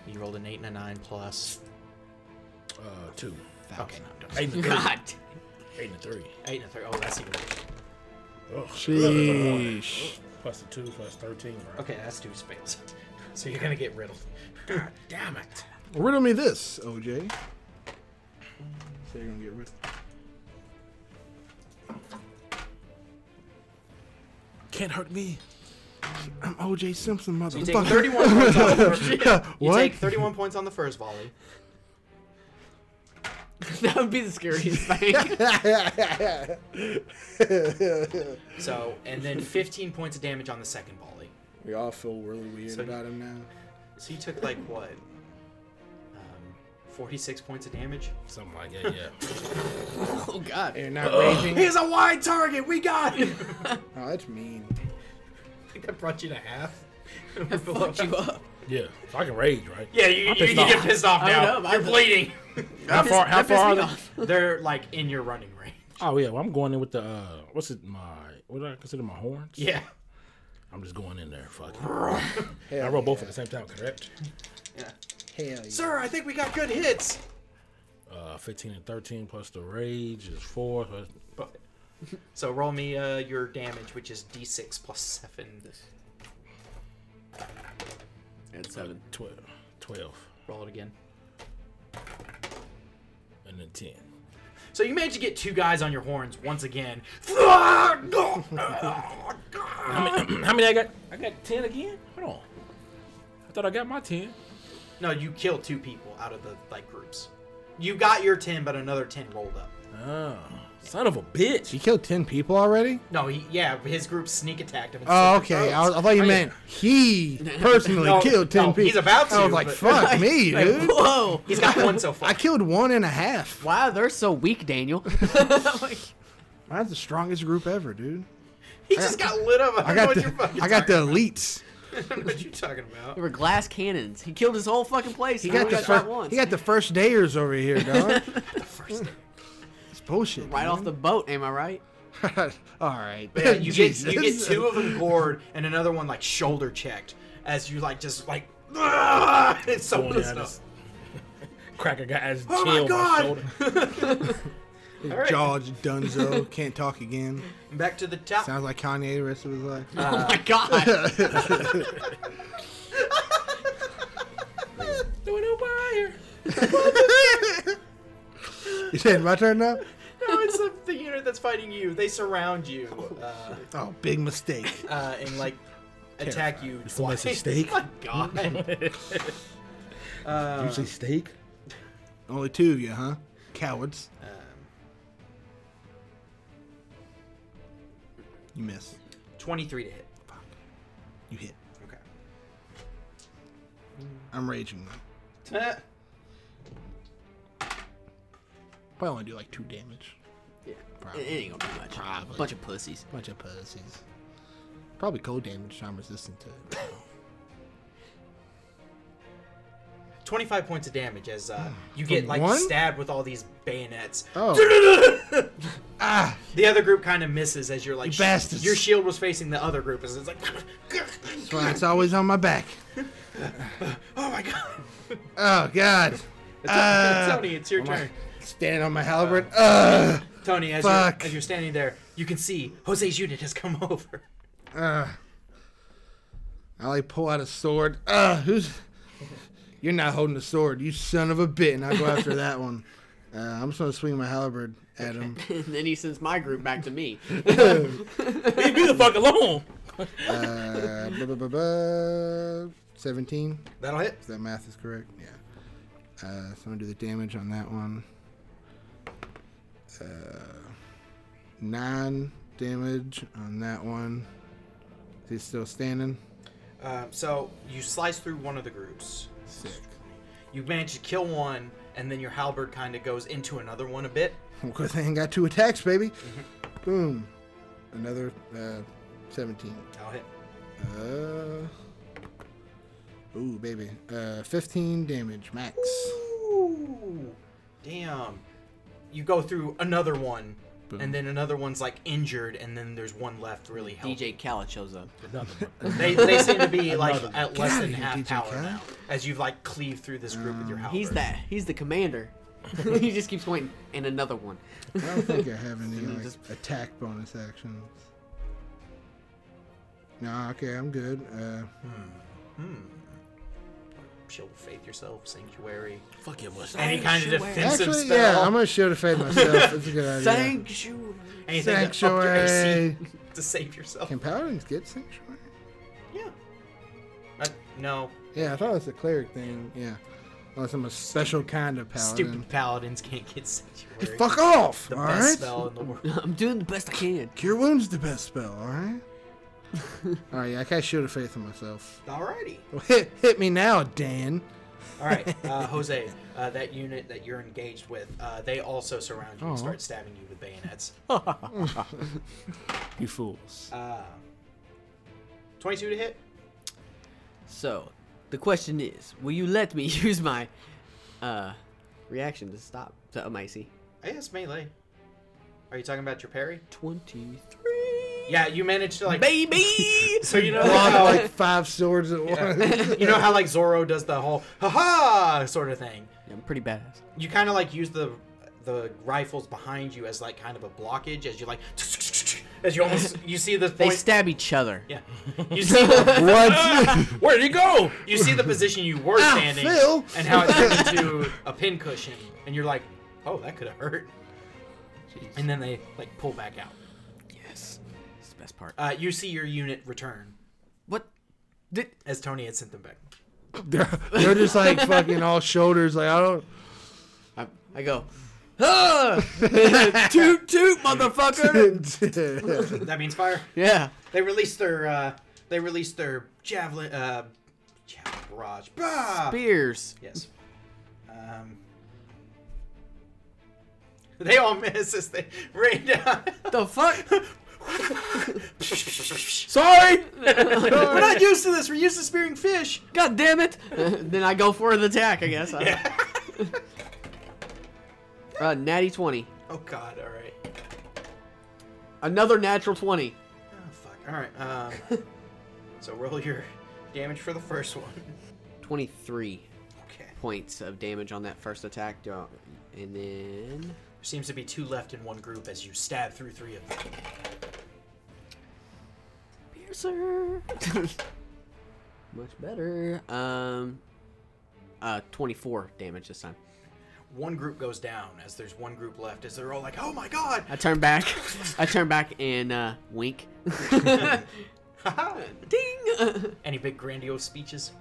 D: You rolled an eight and a nine plus.
E: uh, two.
D: Okay,
E: Eight and a three.
C: God.
E: Eight and a three.
D: eight and a three. Oh, that's even.
E: Ugh.
B: Sheesh.
E: Plus the two, plus thirteen. Right?
D: Okay, that's two spells. So you're gonna get riddled.
E: God damn it.
B: Riddle me this, OJ. So you're gonna get rid.
E: Can't hurt me.
B: I'm OJ Simpson,
D: You take
B: motherfucker.
D: 31 points on the first. You
B: What?
D: take 31 points on the first volley.
C: That would be the scariest thing.
D: So, and then 15 points of damage on the second volley.
B: we all feel really weird
D: So-
B: about him now.
D: So you took like what? Um, 46 points of damage.
E: Something like that, yeah. Uh,
C: oh God.
B: They're not raving.
D: He's a wide target. We got him.
B: Oh, that's mean.
D: I think that brought you to half.
C: Fuck you up.
E: yeah. So I can rage, right?
D: Yeah, you, you, you
E: pissed
D: get
E: off.
D: pissed off
C: I
D: now.
C: know, but
D: You're
C: I-
D: bleeding.
E: How far? How
C: That pissed
E: far?
C: me
E: are they-
C: off.
D: They're like in your running range.
E: Oh yeah. Well, I'm going in with the uh, what's it? My what do I consider my horns?
D: Yeah.
E: I'm just going in there. Fuck.
B: Hell
E: I roll both
B: yeah.
E: at the same time, correct?
D: yeah.
B: Hell yeah.
D: Sir, I think we got good hits.
E: Uh, 15 and 13 plus the rage is four. so that's-
D: But- So roll me uh, your damage, which is d6 plus seven.
C: At seven.
E: Twelve. Twelve.
D: Roll it again.
E: And then ten.
D: So you managed to get two guys on your horns once again.
E: How many, how many I got? I got ten again. Hold on. I thought I got my ten.
D: No, you killed two people out of the like groups. You got your ten, but another ten rolled up.
E: Oh, son of a bitch.
B: He killed ten people already.
D: No, he, yeah, his group sneak attacked him. and
B: Oh,
D: slit their
B: okay. I,
D: throats.
B: was- I thought you
E: Oh, yeah.
B: meant he personally
D: No,
B: killed ten
D: no,
B: people.
D: he's about
B: I was
D: to,
B: like,
D: but-
B: fuck me,
C: Like,
B: dude.
C: whoa.
D: He's got one so far.
B: I killed one and a half.
C: Wow, they're so weak, Daniel. Like,
B: That's the strongest group ever, dude.
D: He just got lit up. I,
B: I
D: don't know
B: got
D: what
B: the
D: you're fucking
B: I got the
D: talking
B: elites.
D: about. what you talking about?
C: they were glass cannons. He killed his whole fucking place.
B: He
C: and
B: got
C: only
B: the
C: shot
B: first,
C: once.
B: he got the first dayers over here, dog.
D: The first thing.
B: It's bullshit.
C: right off the boat. Am I right?
B: the. All right.
D: But yeah, you get you get
B: Jesus.
D: two of them gored and another one like shoulder checked as you like just like. "Ugh!" It's so
E: Going in, I
D: pissed off.
E: just- Cracker got his
D: Oh my
E: chill on
D: God.
E: shoulder.
B: His
D: right.
B: jaw just Dunzo can't talk again.
D: Back to the top.
B: Sounds like Kanye the rest of his life.
D: Uh.
C: oh my God.
E: Doing no fire.
B: you said my turn now.
D: no, it's the, the unit that's fighting you. They surround you uh,
B: Oh, big mistake.
D: uh, and like attack you
E: It's a
D: twice.
E: messy steak.
D: My God.
E: Usually steak.
B: Uh. Only two of you, huh? Cowards.
D: Um,
B: You miss.
D: 23 to hit.
B: You hit.
D: Okay.
B: I'm raging. though.
D: Uh,
B: Probably only do like two damage.
C: yeah. It
B: Probably.
C: ain't gonna be much.
B: Probably.
C: Bunch of pussies.
B: Bunch of pussies. Probably cold damage. I'm resistant to it.
D: 25 points of damage as uh, you get like
B: Ah, one?
D: stabbed with all these bayonets.
B: Oh. ah.
D: The other group kind of misses as you're like,
B: You bastards.
D: your shield was facing the other group. As it's like,
B: That's why it's always on my back.
D: oh my god.
B: Oh God.
D: It's Tony, it's
B: Oh
D: your turn.
B: Standing on my halberd. Ugh.
D: Tony, as you're,
B: fuck.
D: as you're standing there, you can see Jose's unit has come over.
B: Ugh. I like pull out a sword. Ugh. Who's? You're not holding a sword, you son of a bit. And I go after that one. Uh, I'm just gonna swing my halberd at him.
C: and then he sends my group back to me.
E: Leave me the fuck alone.
B: Uh, buh, buh, buh, buh. 17.
D: That'll hit.
B: If that math is correct, yeah. Uh, so I'm gonna do the damage on that one. Uh, nine damage on that one. Is he still standing?
D: Um, so you slice through one of the groups.
B: Sick.
D: You manage to kill one, and then your halberd kind of goes into another one a bit.
B: Because they ain't got two attacks, baby. Boom. Another uh, 17.
D: I'll hit.
B: Uh, ooh, baby. Uh, 15 damage max.
D: Ooh, damn. You go through another one, and then another one's like injured, and then there's one left really healthy.
C: DJ Khaled shows up.
D: They, they seem to be like
E: Another.
D: at less
B: outta
D: than
B: here,
D: half
B: DJ
D: power
B: Khaled. Um,
D: now, as you've like cleaved through this group with your halberd.
C: He's that. He's the commander. he just keeps pointing. And another one.
B: I don't think I have any like,
C: Just-
B: attack bonus actions. Nah, okay, I'm good. Uh,
D: Shield of Faith yourself, Sanctuary.
E: Fuck your mustache.
D: Any kind of
C: Sanctuary.
D: defensive
B: actually,
D: spell.
B: yeah, I'm gonna shield of faith myself. It's a good idea.
C: Sanctuary.
D: Anything to up your AC
B: sanctuary.
D: to save yourself.
B: Can paladins get sanctuary?
D: Yeah. Uh, no,
B: Yeah, I thought it was a cleric thing. Yeah, unless I'm a special kind of paladin.
D: stupid paladins can't get Sanctuary.
B: Fuck off!
D: the
B: all
D: best
B: right.
D: spell in the world.
C: I'm doing the best I can.
B: Cure wounds the best spell. All right. all right. Yeah, I cast shield of faith on myself.
D: Alrighty.
B: Well, hit hit me now, Dan.
D: All right, uh, Jose, uh, that unit that you're engaged with, uh, they also surround you and
B: Aw.
D: start stabbing you with bayonets.
E: You fools.
D: Uh, 22 to hit?
C: So, the question is, will you let me use my uh reaction to stop oh, the Amicey?
D: I guess melee. Are you talking about your parry?
C: 23.
D: Yeah, you managed to like.
C: Baby!
D: so you know
B: Brought
D: how
B: like five swords at once.
D: you know how like Zoro does the whole ha ha sort of thing.
C: Yeah, I'm pretty badass.
D: You kind of like use the the rifles behind you as like kind of a blockage as you like as you almost you see the
C: They
D: point.
C: stab each other.
D: yeah, you see the,
B: What?
E: Where'd he go?
D: you see the position you were
B: Ow,
D: standing
B: Phil.
D: and how it turned into a pincushion, and you're like, oh, that could have hurt. And then they like pull back out.
C: Yes. It's the best part.
D: Uh, you see your unit return
C: What? Did,
D: as Tony had sent them back.
B: they're, they're just like fucking all shoulders. Like I don't.
C: I, I go, huh! toot toot, motherfucker!
D: That means fire.
C: yeah.
D: They released their uh, they released their javelin uh, javelin barrage. Bah!
C: Spears.
D: Yes. Um, they all miss as they rain down.
C: The fuck?
E: Sorry.
D: We're not used to this. We're used to spearing fish.
C: God damn it! then I go for the attack, I guess. I- uh, natty 20.
D: Oh God! All right.
C: Another natural 20.
D: Oh fuck! All right. Um, so roll your damage for the first one.
C: 23
D: Okay.
C: points of damage on that first attack. Do I- And then.
D: There seems to be two left in one group as you stab through three of them.
C: Piercer! Much better. Um. Uh, 24 damage this time.
D: One group goes down as there's one group left as they're all like, "Oh my God!"
C: I turn back. I turn back and uh, wink. Ding!
D: Any big grandiose speeches?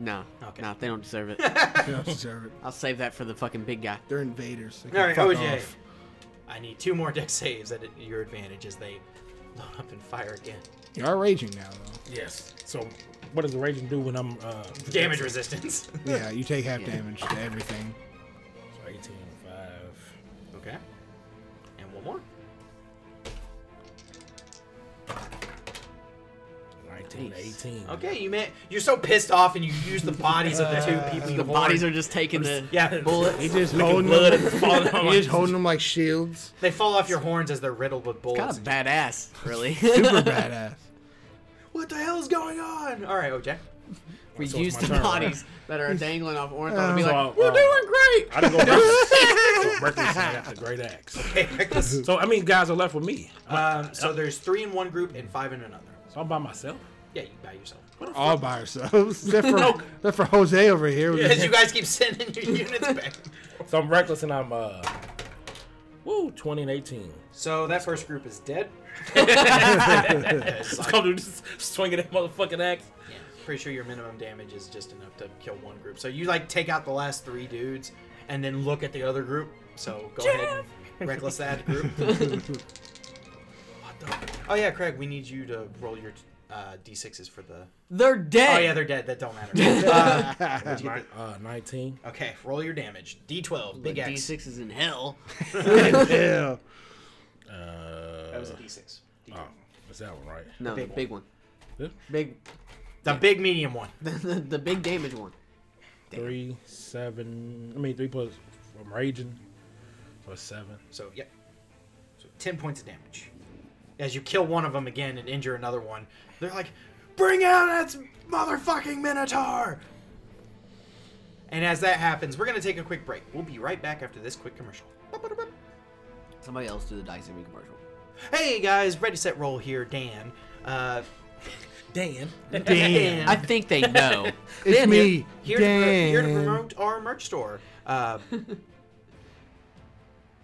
C: no,
D: Okay.
C: no, they don't deserve it.
B: They don't deserve it.
C: I'll save that for the fucking big guy.
B: They're invaders. They can
D: All right,
B: fuck
D: OJ.
B: off.
D: I need two more deck saves at your advantage as they load up and fire again.
B: You are raging now, though.
E: yes. So, what does the raging do when I'm uh,
D: Damage resistance.
B: Yeah, you take half damage to everything.
E: So 18, 5.
D: Okay. And one more.
E: 19 to
C: Nice.
E: 18.
D: Okay, you man, you're so pissed off, and you use the bodies of the two people.
C: The bodies are just taking the
D: yeah,
C: bullets.
B: Just
E: Licking
B: holding
E: blood
B: them,
E: and falling on
B: you
E: my-
B: just holding them like shields.
D: They fall off your horns as they're riddled with bullets.
C: Kind of badass, really.
B: Super badass.
D: What the hell is going on? All right, OJ.
C: we
E: So it's
C: use
E: my
C: the
E: turn, right?
C: bodies that are dangling off Ornthon to be
E: So,
C: like,
E: uh,
C: we're
E: uh,
C: doing great.
E: I didn't go reckless. So reckless and I got the great axe.
D: Okay, Reckless.
E: So, I mean, guys are left with me.
D: um, so there's three in one group and five in another.
E: So I'm by myself.
D: Yeah, you by yourself.
B: All by ourselves. Except for, except for Jose over here. with
D: As
B: his-
D: you guys keep sending your units back.
E: So I'm reckless and I'm, uh, woo, 20 and 18.
D: So that first group is dead.
E: Let's come to this swinging that motherfucking axe.
D: Yeah, pretty sure your minimum damage is just enough to kill one group. So you like take out the last three dudes and then look at the other group. So go ahead and reckless that group. what the? Oh yeah, Craig, we need you to roll your uh, d6s for the.
C: They're dead.
D: Oh yeah, they're dead. That don't matter. Uh, what'd you get?
E: Uh, 19.
D: okay, roll your damage. D12,
C: But
D: big X.
C: D6 is in hell.
B: Yeah.
D: That was
E: Uh,
D: a D6. D12.
E: oh, is that one right?
C: No,
D: big
C: the big one.
E: This?
C: Big,
D: The big medium one.
C: the, the, the big damage one.
E: Three, seven. I mean, three plus. I'm raging. Plus seven.
D: So yep. So ten points of damage. As you kill one of them again and injure another one, they're like, "Bring out that motherfucking minotaur!" And as that happens, we're gonna take a quick break. We'll be right back after this quick commercial.
C: Somebody else do the dice every commercial.
D: Hey guys, ready set roll here, Dan. Uh,
E: Dan.
D: Dan.
C: I think they know.
B: It's
E: Dan,
B: me.
D: here, To, pro-
B: Dan.
D: here to promote our merch store. Uh,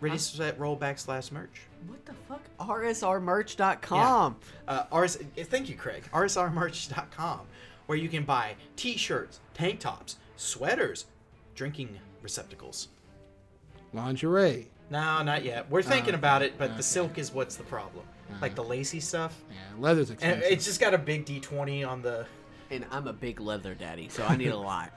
D: ready set roll backslash merch.
C: what the fuck? RSRmerch.com.
D: uh, RS, eh, thank you, Craig. RSRmerch.com, where you can buy t shirts, tank tops, sweaters, drinking receptacles.
B: Lingerie.
D: No, not yet. We're thinking about it, but the silk is what's the problem. Like the lacy stuff.
B: Yeah, leather's
D: And
B: expensive.
D: it's just got a big D20 on the.
C: And I'm a big leather daddy, so I need a lot.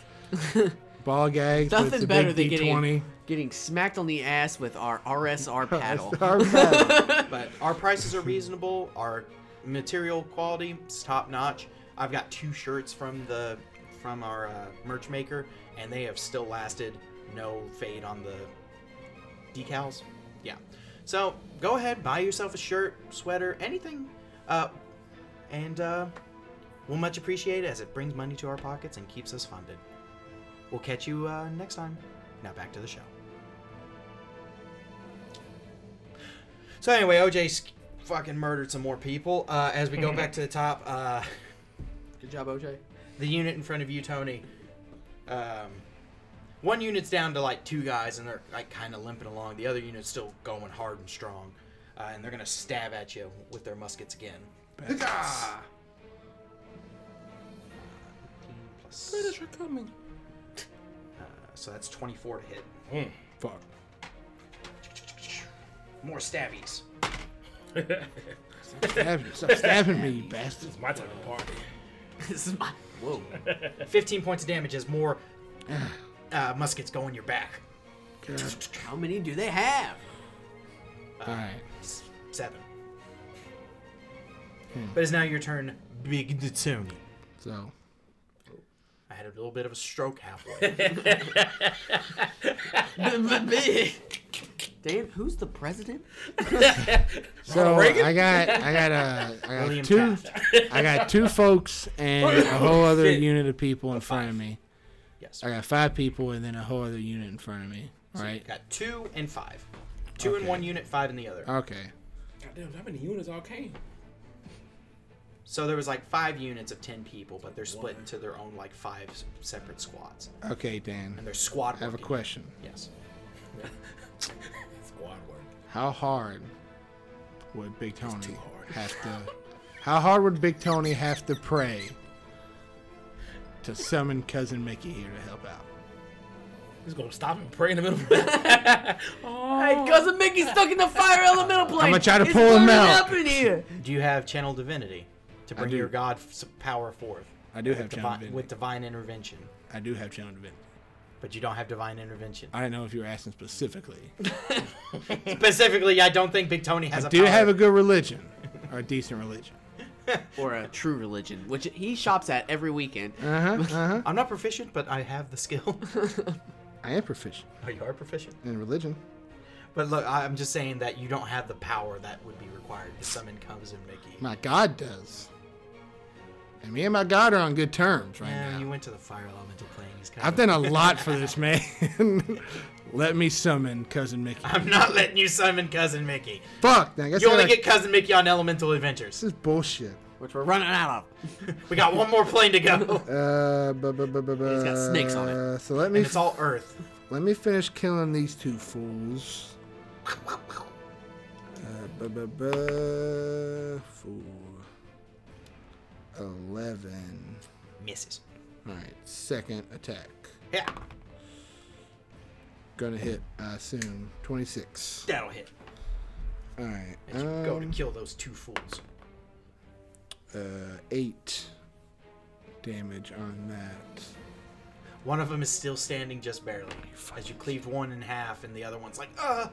B: Ball gags. but it's
C: Nothing
B: a
C: better than
B: big D20.
C: getting getting smacked on the ass with our RSR paddle.
B: Our bad.
D: But our prices are reasonable. Our material quality is top notch. I've got two shirts from the from our uh, merch maker, and they have still lasted. No fade on the decals. Yeah. So go ahead, buy yourself a shirt, sweater, anything, uh, and uh, we'll much appreciate it as it brings money to our pockets and keeps us funded. We'll catch you uh, next time. Now back to the show. So anyway, OJ sk- fucking murdered some more people. Uh, as we go back to the top, uh,
C: Good job, OJ.
D: the unit in front of you, Tony. Um, one unit's down to like two guys, and they're like kind of limping along. The other unit's still going hard and strong, uh, and they're gonna stab at you with their muskets again. Hickah! Plus, uh,
E: are coming.
D: so that's 24 to hit.
E: Mm, fuck.
D: More stabbies.
B: Stabbing- Stop stabbing me, you bastard.
E: It's my type of party.
C: this is my. Whoa.
D: 15 points of damage as more uh, muskets go in your back.
B: God.
C: How many do they have?
B: All right.
D: S- Seven.
B: Hmm.
D: But it's now your turn, Big D- Tony.
B: So,
D: I had a little bit of a stroke halfway.
C: Damn, who's the president?
B: so I got I got uh, I got
D: William
B: two
D: Taft.
B: I got two folks and a whole other
E: Shit.
B: unit of people in front of me.
D: Yes.
B: I got five people and then a whole other unit in front of me. Right?
D: Got two and five. Two in
B: Okay. Um,
D: one unit, five in the other.
B: Okay.
E: Goddamn, how many units all came?
D: so there was like five units of ten people, but they're split into their own like five s- separate squads,
B: Okay,
D: and
B: Dan.
D: they're squad.
B: I have a
D: working.
B: question.
D: Yes.
E: Squad work.
B: How hard would Big Tony
E: hard.
B: have to? How hard would Big Tony have to pray to summon Cousin Mickey here to help out?
E: He's gonna stop and pray in the middle of the
C: Hey, cousin Mickey's stuck in the fire elemental plane.
B: I'ma try to
C: It's
B: pull him
C: burning
B: out.
C: up in here.
D: Do you have channel divinity to bring
B: do.
D: your god f- power forth?
B: I do have
D: Divi-
B: channel divinity.
D: with divine intervention,
B: I do have channel divinity.
D: but you don't have divine intervention.
B: I don't know if you were asking specifically.
D: Specifically, I don't think Big Tony has
B: I
D: a
B: do
D: power.
B: have a good religion or a decent religion.
C: Or a true religion, which he shops at every weekend.
B: Uh
D: Uh-huh,
B: huh. Uh huh.
D: I'm not proficient, but I have the skill.
B: I am proficient
D: oh, you are proficient.
B: in religion.
D: But look, I- I'm just saying that you don't have the power that would be required to summon Cousin Mickey.
B: My God does. And me and my God are on good terms right
D: Yeah,
B: now.
D: you went to the fire elemental plane. He's kind
B: I've
D: of-
B: done a lot for this man. Let me summon Cousin Mickey.
D: I'm not letting you summon Cousin Mickey.
B: Fuck, dang, I
D: You
B: said
D: only
B: I-
D: get Cousin Mickey on Elemental Adventures.
B: This is bullshit.
C: Which we're running out of.
D: We got one more plane to go.
B: Uh, bu- bu- bu- bu-
C: It's got snakes on it.
B: bu- So let me
D: And it's all Earth.
B: let me finish killing these two fools. Uh, bu- bu- bu- four. Eleven.
D: Misses.
B: All right, second attack.
D: Yeah,
B: Gonna hit. I assume twenty-six.
D: that'll hit.
B: All right.
D: As you go to
B: um,
D: kill those two fools.
B: uh, eight damage on that.
D: One of them is still standing just barely. As you cleave one in half, and the other one's like, ah!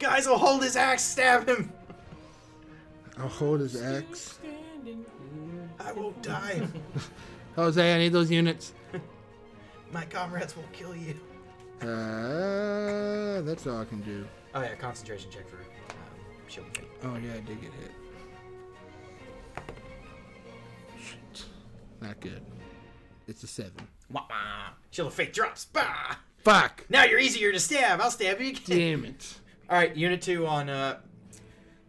D: Guys, I'll hold his axe, stab him!
B: I'll hold his axe.
D: I won't die.
C: Jose, I need those units.
D: My comrades will kill you.
B: Uh, that's all I can do.
D: Oh, yeah, concentration check for um, shield and fate.
B: Oh yeah, I did get hit. Shit, not good. It's a seven.
D: Wah, wah. Shield of fate drops. Bah!
B: Fuck.
D: Now you're easier to stab. I'll stab you again.
B: Damn it.
D: All right, unit two on. Uh,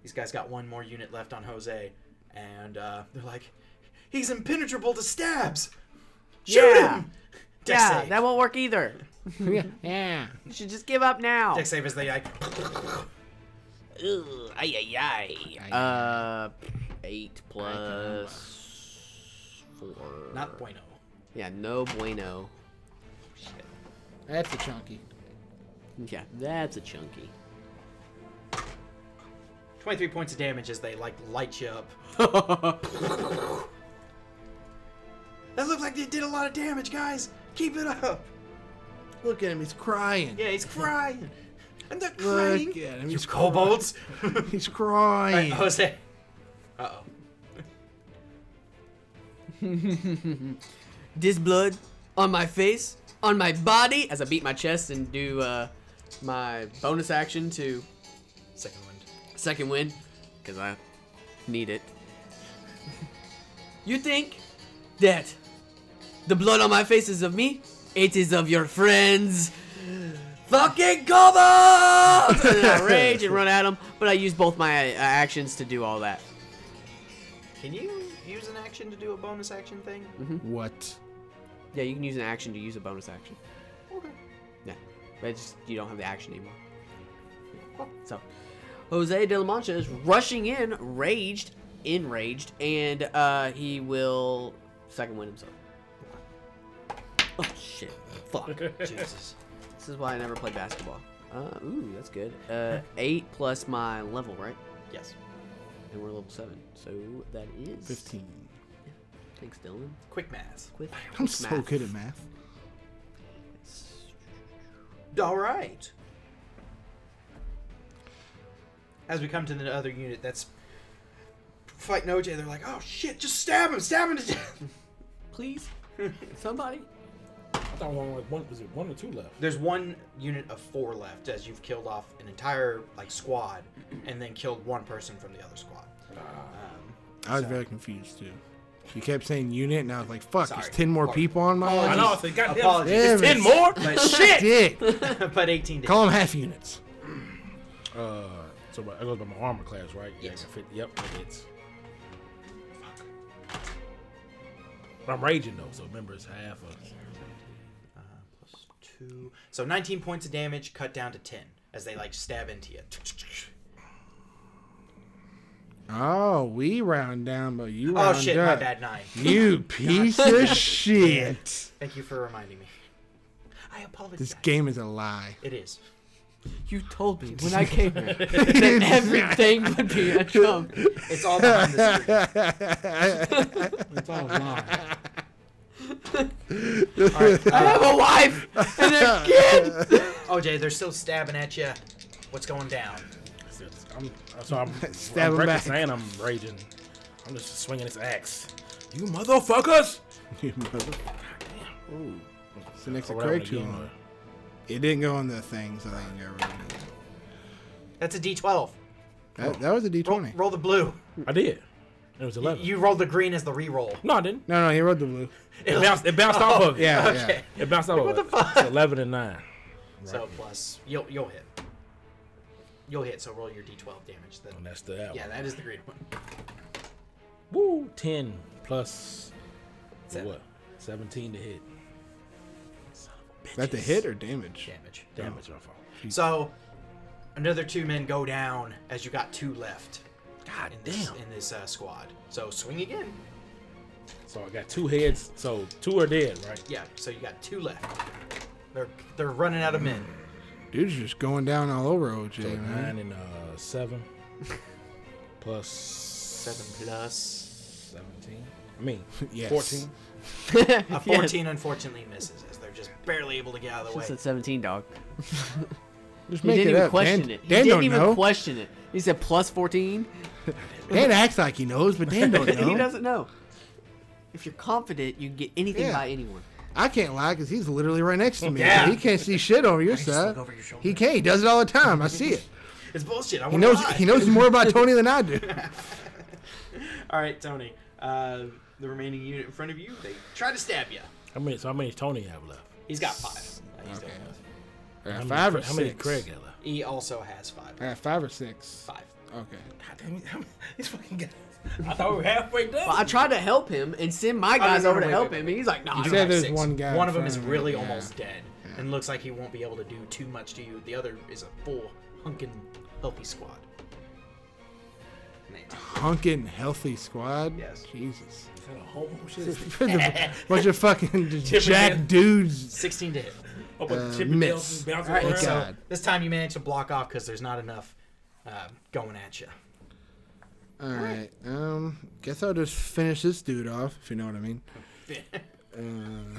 D: these guys got one more unit left on Jose, and uh, they're like, he's impenetrable to stabs. Shoot
C: Yeah.
D: him. Dex
C: Yeah,
D: save.
C: that won't work either.
B: Yeah.
C: You should just give up now.
D: Dex save is they like.
C: Ugh, ay, ay, ay. Uh, eight plus four.
D: Not oh. bueno.
C: Yeah, no bueno.
B: That's a chunky.
C: Yeah, that's a chunky.
D: Twenty-three points of damage as they like light you up. That looked like they did a lot of damage, guys. Keep it up.
B: Look at him. He's crying.
D: Yeah, he's crying. I'm not
B: Look
D: crying.
B: at him.
D: You
B: He's,
D: kobolds.
B: he's
D: All right,
B: crying.
D: Jose. Uh oh.
C: this blood on my face, on my body, as I beat my chest and do uh, my bonus action to
D: Second wind.
C: second win, because I need it. you think that the blood on my face is of me? It is of your friends. Fucking kobolds! and I rage and run at them, but I use both my uh, actions to do all that.
D: Can you use an action to do a bonus action thing?
B: What?
C: Yeah, you can use an action to use a bonus action.
D: Okay.
C: Yeah, but it's just you don't have the action anymore. So, Jose de la Mancha is rushing in, raged, enraged, and uh, he will second win himself. Oh shit! Fuck.
D: Jesus.
C: this is why I never played basketball. Uh, ooh, that's good. Uh, eight plus my level, right?
D: Yes.
C: And we're level seven, so that is
B: Fifteen.
C: Thanks, Dylan.
D: Quick math.
C: Quick.
B: I'm so
C: math.
B: good at math.
D: All right. As we come to the other unit that's fighting OJ, they're like, "Oh shit! Just stab him! Stab him to death!"
C: Please, somebody.
E: I thought one was one was it one or two left.
D: There's one unit of four left, as you've killed off an entire like squad, and then killed one person from the other squad. Um,
B: I was very confused too. You kept saying unit, and I was like, "Fuck,
D: Sorry.
B: there's ten more
D: Sorry.
B: people on my
D: Oh,
E: I
B: line."
E: know. I said, goddamn,
D: Apologies.
E: it's
B: Damn
E: ten
B: it.
E: more.
B: Dick.
D: but 18 damage.
B: Call them half units.
E: Uh, so what, I goes by my armor class, right? Yeah,
D: Yes.
E: I fit- yep, it hits. But I'm raging though, so remember it's half of.
D: plus two. So 19 points of damage cut down to 10 as they like stab into you.
B: Oh, we round down, but you
D: Oh
B: round
D: shit,
B: up.
D: my bad. Nine.
B: You piece of shit.
D: Thank you for reminding me. I apologize.
B: This game is a lie.
D: It is.
C: You told me when I came here that everything would be a jump.
D: It's all behind the screen.
E: It's all lying.
D: All right.
C: I have a wife and a kid.
D: OJ, they're still stabbing at you. What's going down?
E: I'm, so I'm,
B: Stab
E: I'm
B: him back.
E: reckless and I'm raging. I'm just swinging this axe. You motherfuckers!
B: You mother-
E: Ooh.
B: It's the next
D: Oh,
E: Or whatever
B: Craig
E: the
B: too
E: game
B: long.
E: was.
B: It didn't go on the thing, so they didn't get rid of it.
D: That's a D12.
B: That, that was a
D: Roll,
B: D20.
D: roll the blue.
E: I did. It was
D: You,
E: eleven.
D: you rolled the green as the re-roll.
E: no, I didn't.
B: No, no, he rolled the blue.
E: It bounced. It bounced off of it.
B: Yeah,
D: Okay.
E: It bounced off of it. It's eleven and nine.
D: So plus you'll you'll hit. You'll hit. So roll your D12 damage. Then.
E: And Oh, that's the that
D: Yeah,
E: one.
D: that is the green one.
E: Woo! Ten plus
D: Seven.
E: what? Seventeen to hit.
B: yeah. That the hit or damage?
D: Damage.
E: Damage my fault.
D: So another two men go down as you got two left
E: God
D: in this
E: damn.
D: in this uh, squad. So swing again.
E: So I got two heads. So two are dead, right?
D: Yeah. So you got two left. They're they're running out of men.
B: Dude's just going down all over OJ,
E: So
B: man.
E: nine and uh, seven plus
D: Seven plus
E: Seventeen. I mean,
B: Yes.
E: fourteen.
D: A 14 unfortunately misses as they're just barely able to get out of the
C: She
D: way.
C: said 17, dog.
B: Just
C: He
B: make it
C: didn't even
B: up.
C: question
B: Dan,
C: it. He
B: Dan
C: didn't
B: don't
C: even
B: know.
C: question it. He said plus 14.
B: Dan acts like he knows, but Dan don't know.
C: He doesn't know. If you're confident, you can get anything
B: Yeah.
C: by anyone.
B: I can't lie because he's literally right next to me.
D: Yeah.
B: He can't see shit over your side.
D: look over your shoulder.
B: he can't. He does it all the time. I see it.
D: It's bullshit. I
B: He
D: want to
B: knows.
D: lie.
B: He knows more about Tony than I do.
D: All right, Tony. Uh, the remaining unit in front of you, they try to stab you.
E: How many? So how many Tony have left?
D: He's got five. Uh, he's dealing with.
E: How
C: Uh,
E: many-
B: Five or
E: How many
B: six.
E: Craig have left?
D: He also has five.
B: I got Uh, five or six.
D: Five.
B: Okay.
E: God damn it! How many, these fucking guys. I thought we were halfway done.
C: But I tried to help him and send my guys
D: no,
C: over
D: wait,
C: to
D: wait,
C: help
D: wait,
C: him,
D: wait.
C: and he's like, nah.
B: You
C: I
D: You
B: said
C: got
B: there's
C: six.
B: one guy
D: One
B: in
D: of them
B: front
D: is
B: of me,
D: really
B: yeah.
D: almost dead, and looks like he won't be able to do too much to you. The other is a full hunkin' healthy squad. And they-
B: Hunkin' healthy squad.
D: Yes.
B: Jesus.
E: Is that a homo shit?
B: bunch of fucking
E: Dan.
B: jack dudes.
D: Sixteen to hit.
E: Oh, but
B: Uh,
E: Chip
B: miss.
E: Miss. Bouncing
D: All right,
E: around.
D: so
B: God.
D: this time you manage to block off because there's not enough uh, going at you.
B: All right. Um. Guess I'll just finish this dude off, if you know what I mean.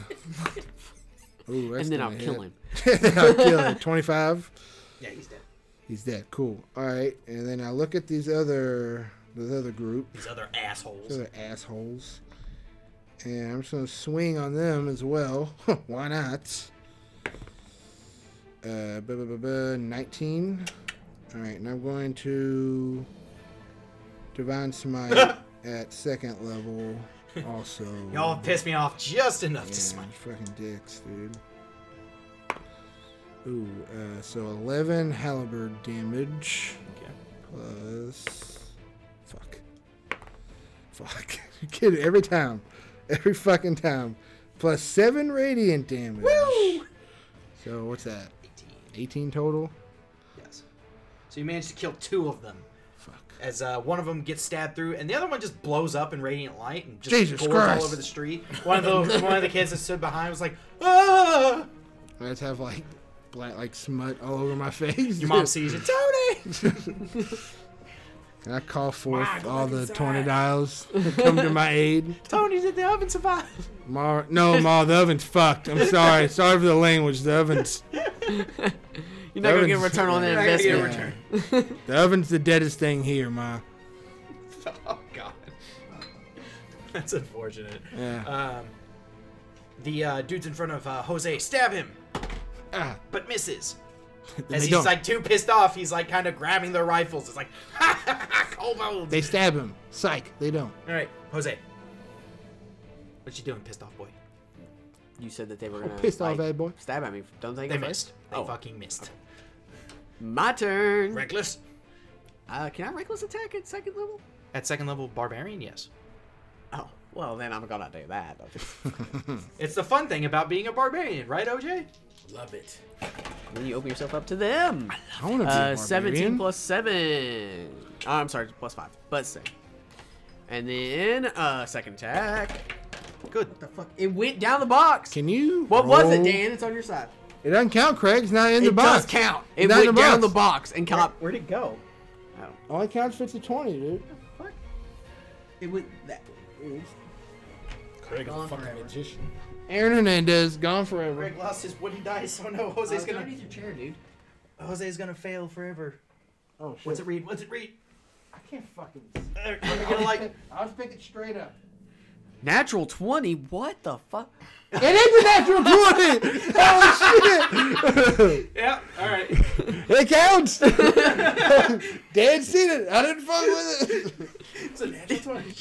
B: Uh, ooh, that's
C: And then
B: gonna
C: I'll kill
B: hit.
C: him.
B: I'll kill him. Twenty-five.
D: Yeah, he's dead.
B: He's dead. Cool. All right. And then I look at these other this other group,
D: These other assholes.
B: these other assholes, and I'm just gonna swing on them as well. Why not? Uh, buh, buh, buh, buh, nineteen. All right, and I'm going to divine smite at second level. Also,
D: Y'all have pissed me off just enough to
B: Yeah,
D: smite.
B: fucking dicks, dude. Ooh, uh, so 11 halberd damage.
D: Okay.
B: Plus. Fuck. Fuck. you kidding? Every time. Every fucking time. Plus 7 radiant damage. Woo! So what's that?
D: 18.
B: 18 total?
D: Yes. So you manage to kill two of them.
B: Fuck.
D: As uh, one of them gets stabbed through, and the other one just blows up in radiant light and just
B: Jesus
D: goes all
B: Christ.
D: over the street. One of the one of the kids that stood behind was like, "Ah!"
B: I just have like black like smut all over my face.
D: Your mom sees you, Tony.
B: And I call forth
E: go
B: all
E: back
B: the
E: inside.
B: tornadoes to come to my aid.
D: Tony's in the oven, survive.
B: Ma, no, Ma, the oven's fucked. I'm sorry. Sorry for the language. The oven's
C: You're not gonna get a
B: Everyone's-
C: return on that
D: You're not gonna get a
C: investment.
D: return.
B: the oven's the deadest thing here, Ma.
D: Oh God, that's unfortunate.
B: Yeah.
D: Um, the uh, dudes in front of uh, Jose stab him,
B: Ah,
D: but misses.
B: they
D: As he's
B: don't.
D: like too pissed off, he's like kind of grabbing their rifles. It's like, ha ha ha, cold bones.
B: they stab him. Psych. They don't.
D: All right, Jose. What you doing, pissed off boy?
C: You said that they were gonna
B: pissed off,
C: like,
B: bad boy.
C: stab at me. Don't think
D: They
C: I'm-
D: missed. They
C: Oh.
D: fucking missed.
C: My turn.
D: Reckless.
C: Uh, can I reckless attack at second level?
D: At second level, barbarian. Yes.
C: Oh, well then I'm gonna do that.
D: It's the fun thing about being a barbarian, right, OJ?
E: Love it.
C: then you open yourself up to them.
B: I want to be
C: Uh,
B: a barbarian.
C: 17 plus 7. Oh, I'm sorry, plus 5. But 7. And then, uh, second attack.
D: Good.
C: It went down the box.
B: Can you?
C: what was it,
B: roll-
C: Dan? It's on your side.
B: It doesn't count, Craig. It's not in the
C: it
B: box.
C: does count. It
B: Not in
C: went
B: the
C: down
B: box.
C: the box and caught.
D: Where'd it go?
C: Oh,
B: Only counts if it's a 20, dude.
C: fuck. It went that way.
E: Craig is a
C: Gone
E: fucking
C: forever.
E: magician.
B: Aaron Hernandez, gone forever.
D: Greg lost his wooden dice, so no, Jose's
B: uh,
C: It's
D: gonna
C: underneath your chair, dude.
D: Uh, Jose's gonna fail forever.
B: Oh, shit.
D: What's it read? What's it read?
B: I can't fucking.
D: Uh, Let me get a light.
B: I'll just pick it straight up.
C: Natural 20. What the fuck?
B: It is a natural 20!
D: Yeah. All right.
B: It counts! Dan seen it. I didn't fuck with it.
D: It's a natural twenty.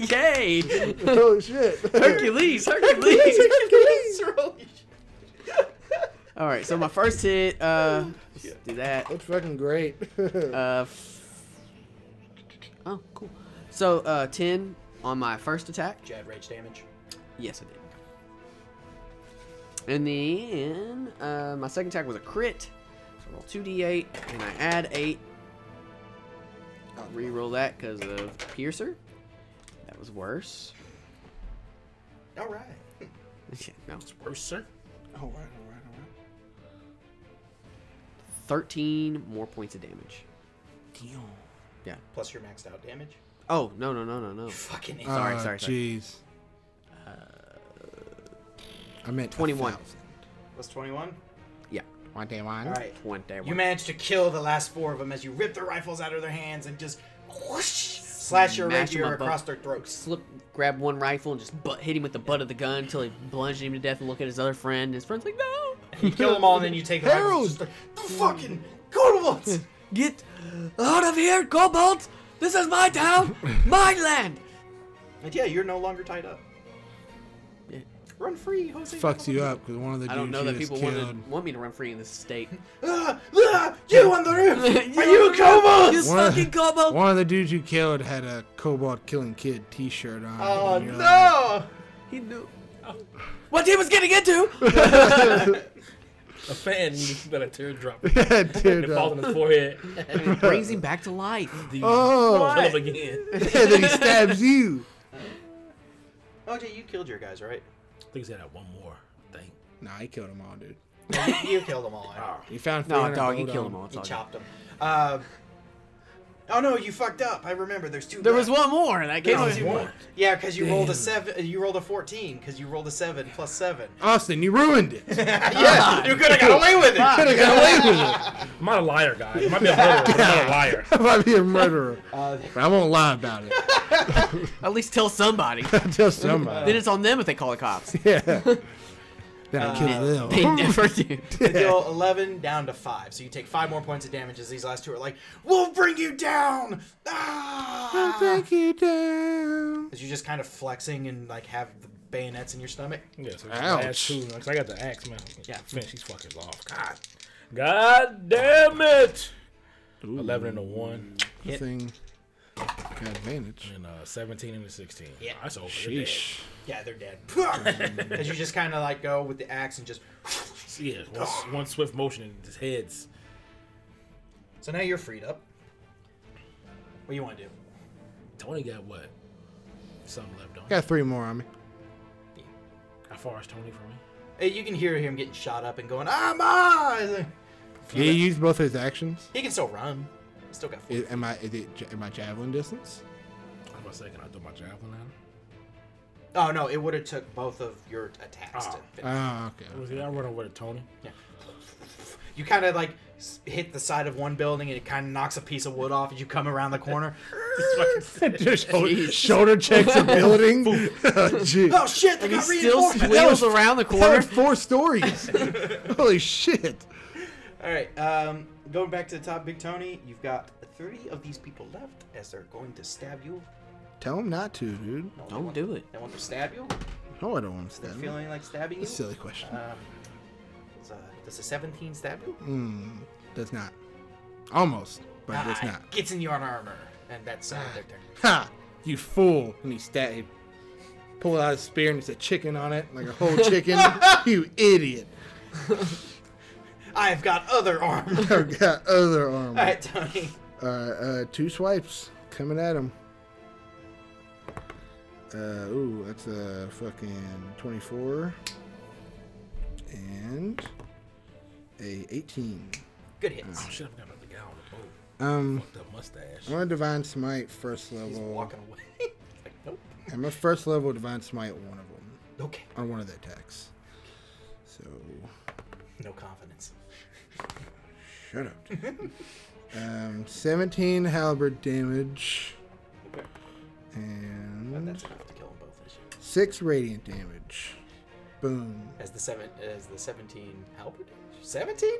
C: Yay!
B: oh, shit.
C: Hercules! Hercules!
D: Hercules roll.
C: All right, so my first hit. Uh, let's do that.
B: That's fucking great.
C: Uh, f- oh, cool. So, uh, 10 on my first attack.
D: Did you add rage damage?
C: Yes, I did. And then, uh, my second attack was a crit. So, I roll 2d8, and I add 8. I'll re-roll that because of Piercer. That was worse.
D: All right.
C: no,
E: Worse, sir.
B: all right, all right, all
C: 13 more points of damage.
B: right. Damn.
D: Plus your maxed out damage.
C: Oh no no no no no.
D: Fucking idiot.
C: Sorry,
B: Uh,
C: sorry, Uh, sorry.
B: Jeez. I meant
C: 21.
D: Plus 21?
C: Yeah,
B: Twenty-one.
D: All right.
C: twenty.
D: You managed to kill the last four of them as you rip their rifles out of their hands and just whoosh, slash your
C: Smash 'em
D: rapier
C: up, up.
D: across their throats.
C: slip, grab one rifle and just butt, hit him with the butt of the gun until he bludgeoned him to death and look at his other friend. And his friend's like, no.
D: You kill them all and then you take the rifles. and just like, the fucking Goldwolves!
C: Get out of here, kobold! This is my town, my land.
D: and yeah, you're no longer tied up.
C: Yeah.
D: Run free, Jose.
B: Fucks you up because one of the
C: I don't
B: dudes
C: know
B: you
C: that
B: just
C: people
B: killed.
C: want to want me to run free in this state.
D: Ah, ah, you on the roof! Are you a kobold?
C: You
B: One-
C: fucking kobold!
B: One of the dudes you killed had a Cobalt Killing Kid T-shirt on.
D: Oh
B: and you're like,
D: no!
C: He knew what he was getting into.
E: A fan needs about a teardrop.
B: Yeah,
E: It falls on
B: teardrop.
E: his forehead.
C: It brings him back to life.
E: The
B: Oh,
E: Kill him again. I
B: and then he stabs you.
D: OJ, you killed your guys, right?
E: think he had one more thing.
B: Nah, he killed them all, dude.
D: you killed them all. I know.
B: He found
C: No,
B: 300
C: dog, he
B: gold
C: killed
B: on
C: him all. It's
D: You
C: all good.
D: chopped them. Uh, oh no, you fucked up. I remember. There's two.
C: There
D: left.
C: was one more that
D: There
C: came.
D: was two more. Yeah, because you rolled a seven. You rolled a fourteen because you rolled a seven plus seven.
B: Austin, you ruined it. Could
D: yeah, you could have got away with it.
B: have got away with
E: I'm not a liar, guys. I might be a murderer, but I'm not a liar.
B: it. I might be a murderer,
C: Uh,
B: but I won't lie about it.
C: At least tell somebody.
B: Tell
C: then
B: somebody.
C: it's on them if they call the cops.
B: Yeah. Then I killed
C: Uh, They
B: them.
C: never do.
D: You deal eleven down to five, so you take five more points of damage. As these last two are like, "We'll bring you down."
B: I'll
D: Ah!
B: take you down.
D: As you're just kind of flexing and like have the bayonets in your stomach.
E: Yeah, so
B: Ouch.
E: Ass too, like, 'cause I got the axe, man.
D: Yeah.
E: man, she's fucking off. God, God damn it!
B: Ooh,
E: Eleven and a one,
B: the thing got advantage.
E: and uh, seventeen and a sixteen.
D: Yeah.
E: that's over. They're
B: Sheesh.
D: Yeah, they're dead. As you just kind of like go with the axe and just.
E: dead. Yeah, one, s- one swift motion and his heads.
D: So now you're freed up. What do you want to do?
E: Tony got what? Something left on.
B: Got three more on me.
E: How far is Tony from me?
D: Hey, You can hear him getting shot up and going, "Ah, ma!"
B: Did he use both his actions?
D: He can still run. He's Still got. Four.
B: Is, am I is it, ja- am I javelin distance?
E: I'm about to say, can I throw my javelin at him?
D: Oh no! It would have took both of your attacks.
E: Oh.
D: To finish.
B: Oh, okay.
E: Was he? I run over to Tony.
D: You kind of like s- hit the side of one building and it kind of knocks a piece of wood off as you come around the corner.
B: Just shoulder, shoulder checks a building. Jeez.
D: oh shit! They
C: He
D: got
C: still
D: reinforcements.
C: squeals around the
B: That
C: corner.
B: was four stories. Holy shit.
D: All right. Um, going back to the top, Big Tony. You've got three of these people left as they're going to stab you.
B: Tell him not to, dude.
D: No, they
C: Don't
D: want-
C: do it.
D: They want to stab you.
B: No, I don't want to
D: They're
B: stab him.
D: feeling like stabbing you.
B: That's a silly question.
D: Um, does a, does a 17 stab you?
B: Mm, does not. Almost, but
D: Ah,
B: does
D: it
B: not.
D: Gets in your armor, and that's uh, their turn.
B: Ha! You fool! And he stab. He pulled out his spear and it's a chicken on it, like a whole chicken. you idiot!
D: I've got other armor. All
B: I've got other armor.
D: right, Tony.
B: Uh, uh, two swipes coming at him. Uh, ooh, that's a fucking 24 and a 18.
D: Good hits.
E: Oh shit! I forgot about the guy on the boat.
B: Um,
E: The mustache.
B: I'm gonna divine smite first
D: He's
B: level.
D: walking away. like, nope.
B: I'm gonna first level divine smite one of them
D: Okay.
B: on one of the attacks. So
D: No confidence.
B: shut up. dude. um, 17 halberd damage
D: Okay. But
B: and
D: that's enough to kill them both. as you-
B: six radiant damage. Boom.
D: As the seven, as the 17 halberd. 17?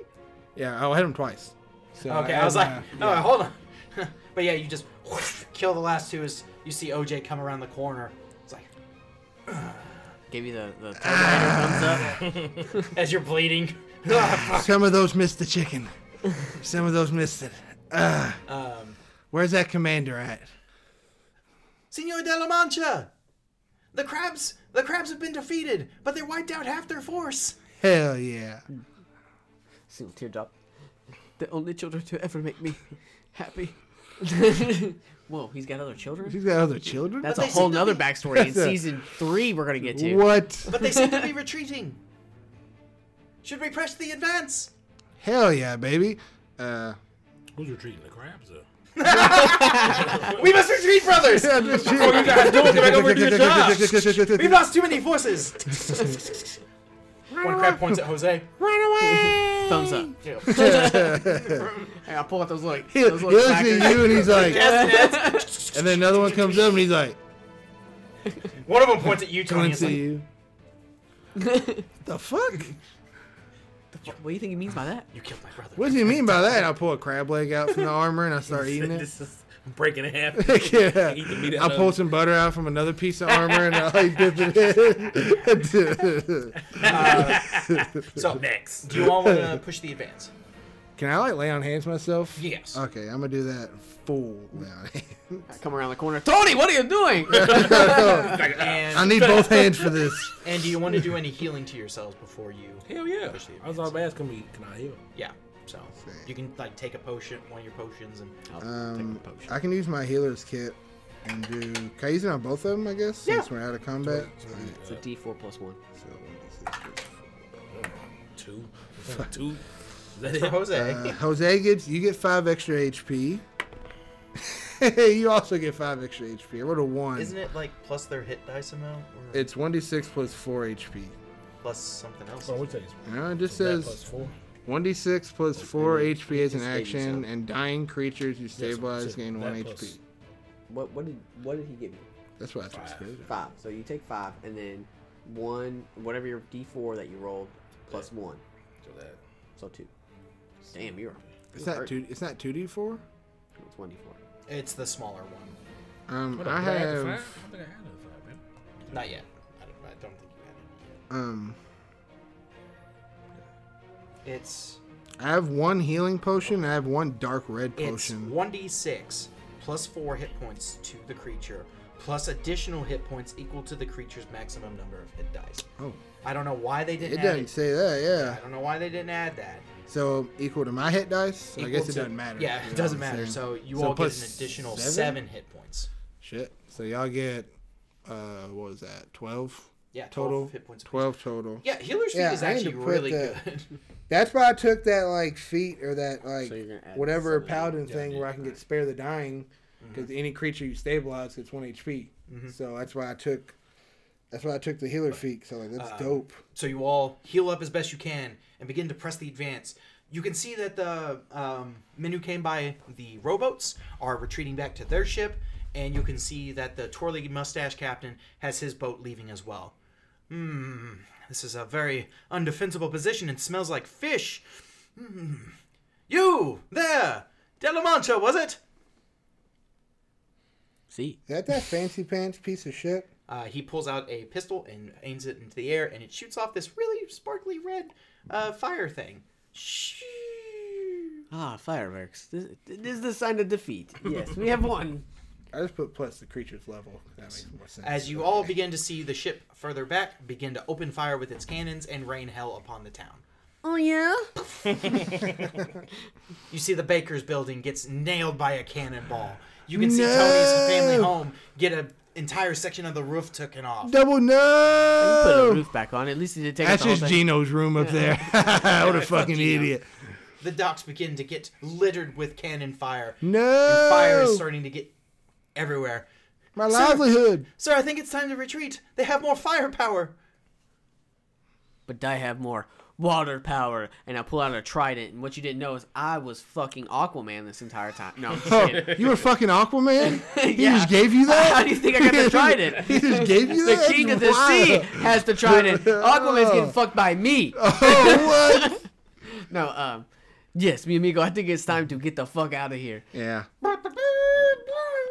B: Yeah, I'll hit him twice. So um,
D: Okay, I was like, no, hold on. but yeah, you just whoosh, kill the last two as you see OJ come around the corner. It's like
C: Give you the the Terminator thumbs up.
D: as you're bleeding.
B: uh, some of those missed the chicken. Some of those missed it. Ah,
D: um,
B: where's that commander at?
D: Senor de la Mancha, the crabs, the crabs have been defeated, but they wiped out half their force.
B: Hell yeah.
C: Single teardrop. The only children to ever make me happy. Whoa, he's got other children.
B: He's got other children?
C: That's
D: But
C: a
D: they
C: whole
D: seem to
C: nother
D: be-
C: backstory in
B: That's a-
C: season three. We're gonna get to.
B: what?
D: But they seem to be retreating. Should we press the advance?
B: Hell yeah, baby. Uh,
E: Who's retreating? The crabs, though.
D: We must retreat, brothers!
E: What you guys doing? Get back over to your job.
D: We've lost too many forces! One crab points at Jose.
C: Thumbs up.
D: Yeah.
C: Hey, I pull out those like
B: He, he
C: those little
B: looks at
C: crackers.
B: you and he's like,
D: Yes, yes.
B: and then another one comes up and he's like,
D: One of them points at you, Tony. It's
B: coming to
D: like,
B: you. the fuck?
C: What do you think he means by that?
D: you killed my brother.
B: What do you mean by that? And I pull a crab leg out from the armor and I start eating it.
E: This is I'm breaking in half.
B: yeah.
E: Eat the meat
B: I
E: out of
B: pull
E: it.
B: some butter out from another piece of armor and I like dip it in.
D: So,
E: Next.
D: do you all want to push the advance?
B: Can I like lay on hands myself?
E: Yes.
B: Okay, I'm gonna do that full lay on hands.
C: I come around the corner. Tony, what are you doing?
B: I
D: And,
B: need both hands for this.
D: and do you want to do any healing to yourselves before you?
E: Hell yeah.
D: Push the
E: I was all asking me, can I heal?
D: Yeah. So you can like take a potion, one of your potions, and
B: Um, I can use my healer's kit and do. Can I use it on both of them? I guess since we're out of combat. Alright,
C: It's a D four plus one.
B: so one, two, three, four.
E: Two. Two. Is that it?
D: for Jose.
B: Uh, Jose gets you get five extra HP. you also get five extra HP. I rolled a one.
D: Isn't it like plus their hit dice amount, or
B: It's one d six plus four HP.
D: plus something else?
E: So what's that? Is
B: No, it just
E: that plus
B: says
E: four?
B: one d six plus four HP is an
F: Just save
B: action,
F: yourself.
B: and dying creatures you
E: Yes,
B: stabilize
E: so
B: gain
E: that
B: one
E: plus-
B: HP.
F: What what did what did he give you?
B: That's why I took
E: Five.
B: spirit.
F: Five. So you take five, and then one whatever your D four that you rolled plus one,
E: So that.
F: so two. Damn, you're.
B: It's
F: you're
B: not
F: hurt.
B: two. It's not two d four.
F: No, It's one D four.
D: It's the smaller one.
B: Um,
E: What,
B: I
E: did add the
B: have.
E: five? I don't think I had the five, man.
D: Not yet. I don't, I don't think you
B: Um,
D: had it. It's
B: I have one healing potion. I have one dark red
D: it's
B: potion.
D: one d six plus four hit points to the creature, plus additional hit points equal to the creature's maximum number of hit dice.
B: Oh,
D: I don't know why they
B: it
D: didn't. add
B: doesn't say that.
D: I
B: Yeah.
D: don't know why they didn't add that.
B: So equal to my hit dice. So I
D: Equal
B: guess it
D: to-
B: doesn't matter.
D: Yeah,
B: you know
D: it doesn't
B: what I'm
D: matter.
B: saying?
D: So you
B: So
D: all get an
B: plus
D: additional
B: seven?
D: seven? hit points.
B: Shit. So y'all get. Uh, what was that? Twelve.
D: Yeah, 12
B: total.
D: hit points.
B: Twelve total.
D: Yeah, healer's feet
B: Yeah,
D: is
B: I need to
D: actually
B: put
D: really
B: that-
D: good.
B: That's why I took that like feat or that like
F: So you're gonna add
B: whatever
F: seven.
B: paladin
E: Yeah,
B: thing
E: yeah,
B: where I can get spare the dying
D: Mm-hmm.
B: because any creature you stabilize gets one HP. So that's why I took. That's why I took the healer feat. So like
D: uh,
B: that's dope.
D: so you all heal up as best you can and begin to press the advance. You can see that the um, men who came by the rowboats are retreating back to their ship, and you can see that the twirly mustache captain has his boat leaving as well. Hmm, this is a very undefensible position and smells like fish. Hmm. You there, De La Mancha, was it?
F: See,
B: Is that that fancy pants piece of shit?
D: Uh, he pulls out a pistol and aims it into the air, and it shoots off this really sparkly red uh, fire thing. Shh.
F: ah, fireworks. This,
C: This is the sign of defeat. Yes, we have won.
B: I just put plus the creature's level. That makes more sense.
D: As you all begin to see the ship further back begin to open fire with its cannons and rain hell upon the town.
C: Oh yeah.
D: You see the baker's building gets nailed by a cannonball. You can see Tony's family
B: No.
D: home get an entire section of the roof taken off.
B: double
C: Put the
B: no.
C: roof back on. At least he did take
B: That's
C: out the whole
B: just
C: thing.
B: Gino's room up there. what a fucking idiot.
D: The docks begin to get littered with cannon fire.
B: No.
D: And fire is starting to get everywhere.
B: My
D: Sir.
B: livelihood.
D: Sir, I think it's time to retreat. They have more firepower.
C: but I have more water power. And I pull out a trident. And what you didn't know is I was fucking Aquaman this entire time. No, I'm just
B: Oh,
C: kidding.
B: you were fucking Aquaman? He
C: Yeah.
B: just gave you that?
C: How do you think I got the trident?
B: he just gave you that?
C: The king of the sea has the trident. Aquaman's getting fucked by me.
B: Oh, what?
C: No, um, yes, mi amigo. I think it's time to get the fuck out of here.
B: yeah.
D: Oh,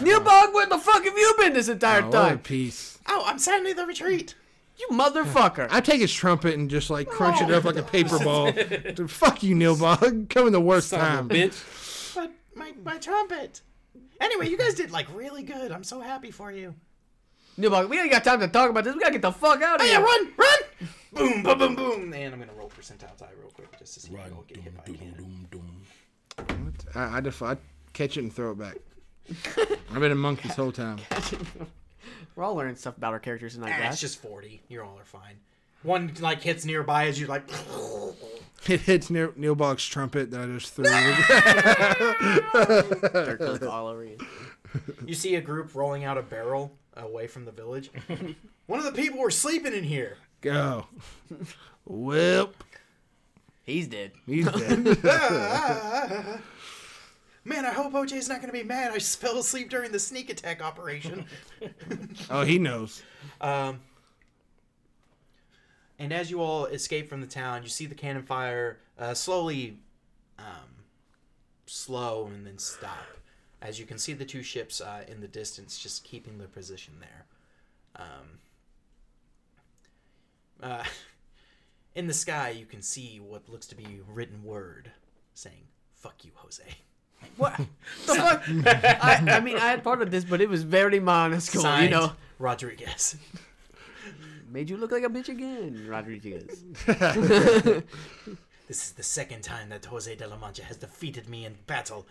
C: Neil Bog, where the fuck have you been this entire
B: Oh, what a
C: time?
B: piece.
D: Oh, I'm sounding the retreat.
C: You motherfucker.
B: I take his trumpet and just like crunch it up like a paper ball. Dude, Fuck you, Neil Bog. Coming the worst time.
E: Bitch.
D: But my, my trumpet. Anyway, you guys did like really good. I'm so happy for you.
C: Neil Bog, we ain't got time to talk about this. We gotta get the fuck out of
D: Yeah,
C: here.
D: run, run! Boom, boom, boom, boom. And I'm gonna roll percentile die real quick just to see if I
E: Run.
D: don't get hit by a
E: Doom, doom,
D: cannon.
E: doom, doom.
B: I, I, def- I catch it and throw it back. I've been a monk this whole time.
C: We're all learning stuff about our characters tonight,
D: Ah,
C: guys.
D: it's just 40. You all are fine. One like hits nearby as you like.
B: It hits Neil, Neil Boggs' trumpet that I just threw.
F: Dirt goes all over you.
D: You see a group rolling out a barrel away from the village. One of the people were sleeping in here.
B: Go. Whip.
F: He's dead.
B: He's dead.
D: Ah, Man, I hope OJ's not going to be mad. I just fell asleep during the sneak attack operation.
B: oh, he knows.
D: Um, and as you all escape from the town, you see the cannon fire uh, slowly, um, slow and then stop. As you can see the two ships uh, in the distance, just keeping their position there. Um, uh, in the sky, you can see what looks to be written word saying "fuck you, Jose."
C: What the fuck? I, I mean, I had part of this, but it was very minuscule. You
D: Signed,
C: know,
D: Rodriguez.
F: Made you look like a bitch again, Rodriguez.
D: This is the second time that Jose de la Mancha has defeated me in battle.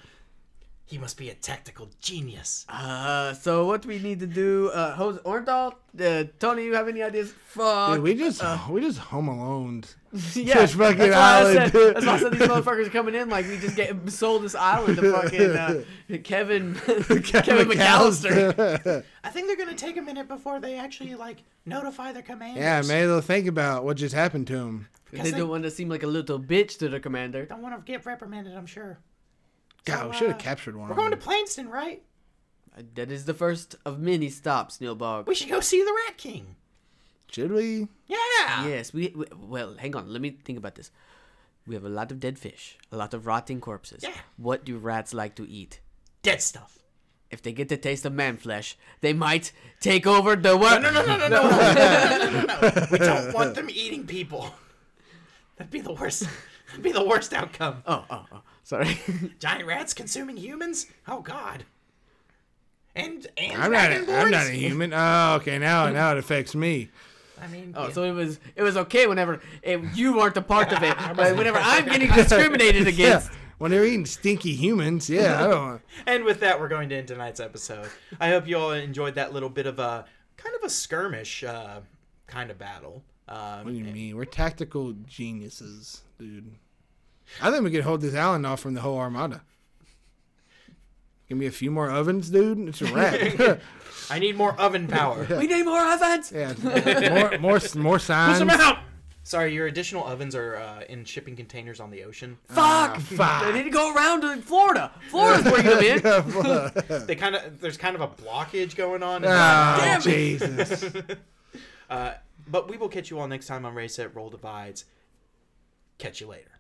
D: He must be a tactical genius.
C: Uh, so what do we need to do? Uh, Jose Orndal, uh, Tony, you have any ideas? Fuck.
B: Dude, we just Uh, we just home alone.
C: yeah,
B: Fish fucking
C: that's why I said,
B: island.
C: that's why I said these motherfuckers are coming in like we just get sold this island to fucking uh, Kevin Kevin, McAllister.
D: I think they're gonna take a minute before they actually like notify their commanders.
B: yeah, maybe they'll think about what just happened to him.
C: They don't want to seem like a little bitch to the commander.
D: Don't want to get reprimanded, I'm sure.
B: God, we should have captured one.
D: We're
B: of
D: going to
B: them.
D: Plainston, right?
C: That is the first of many stops, Neil Bog.
D: We should go see the Rat King.
B: Should we?
D: Yeah.
C: Yes, we, we well, hang on. Let me think about this. We have a lot of dead fish, a lot of rotting corpses.
D: Yeah.
C: What do rats like to eat?
D: Dead stuff.
C: If they get the taste of man flesh, they might take over the world.
D: No, no, no, no, no, no, no, no, no, no. We don't want them eating people. That'd be the worst. That'd be the worst outcome.
C: Oh, oh, oh. Sorry.
D: Giant rats consuming humans? Oh God. And and
B: I'm not. A,
D: dragonborns?
B: I'm not a human. Oh, okay. Now, now it affects me.
D: I mean,
C: Oh,
D: yeah.
C: so it was it was okay whenever it, you weren't a part of it, but whenever I'm getting discriminated against.
B: Yeah. When they're eating stinky humans, yeah, I don't.
D: And with that, we're going to end tonight's episode. I hope you all enjoyed that little bit of a kind of a skirmish uh, kind of battle.
B: What do
D: Um,
B: you mean? We're tactical geniuses, dude. I think we could hold this island off from the whole armada. Give me a few more ovens, dude. It's a wrap.
D: I need more oven power.
C: We need more ovens.
B: yeah, more, more, more signs.
D: Sorry, your additional ovens are uh, in shipping containers on the ocean. Ah,
C: Fuck!
B: fuck.
C: They need to go around to Florida. Florida's where you live. in.
D: They kind of there's kind of a blockage going on.
B: Oh,
C: it.
B: Jesus.
D: Uh, but we will catch you all next time on Race at Roll Divides. Catch you later.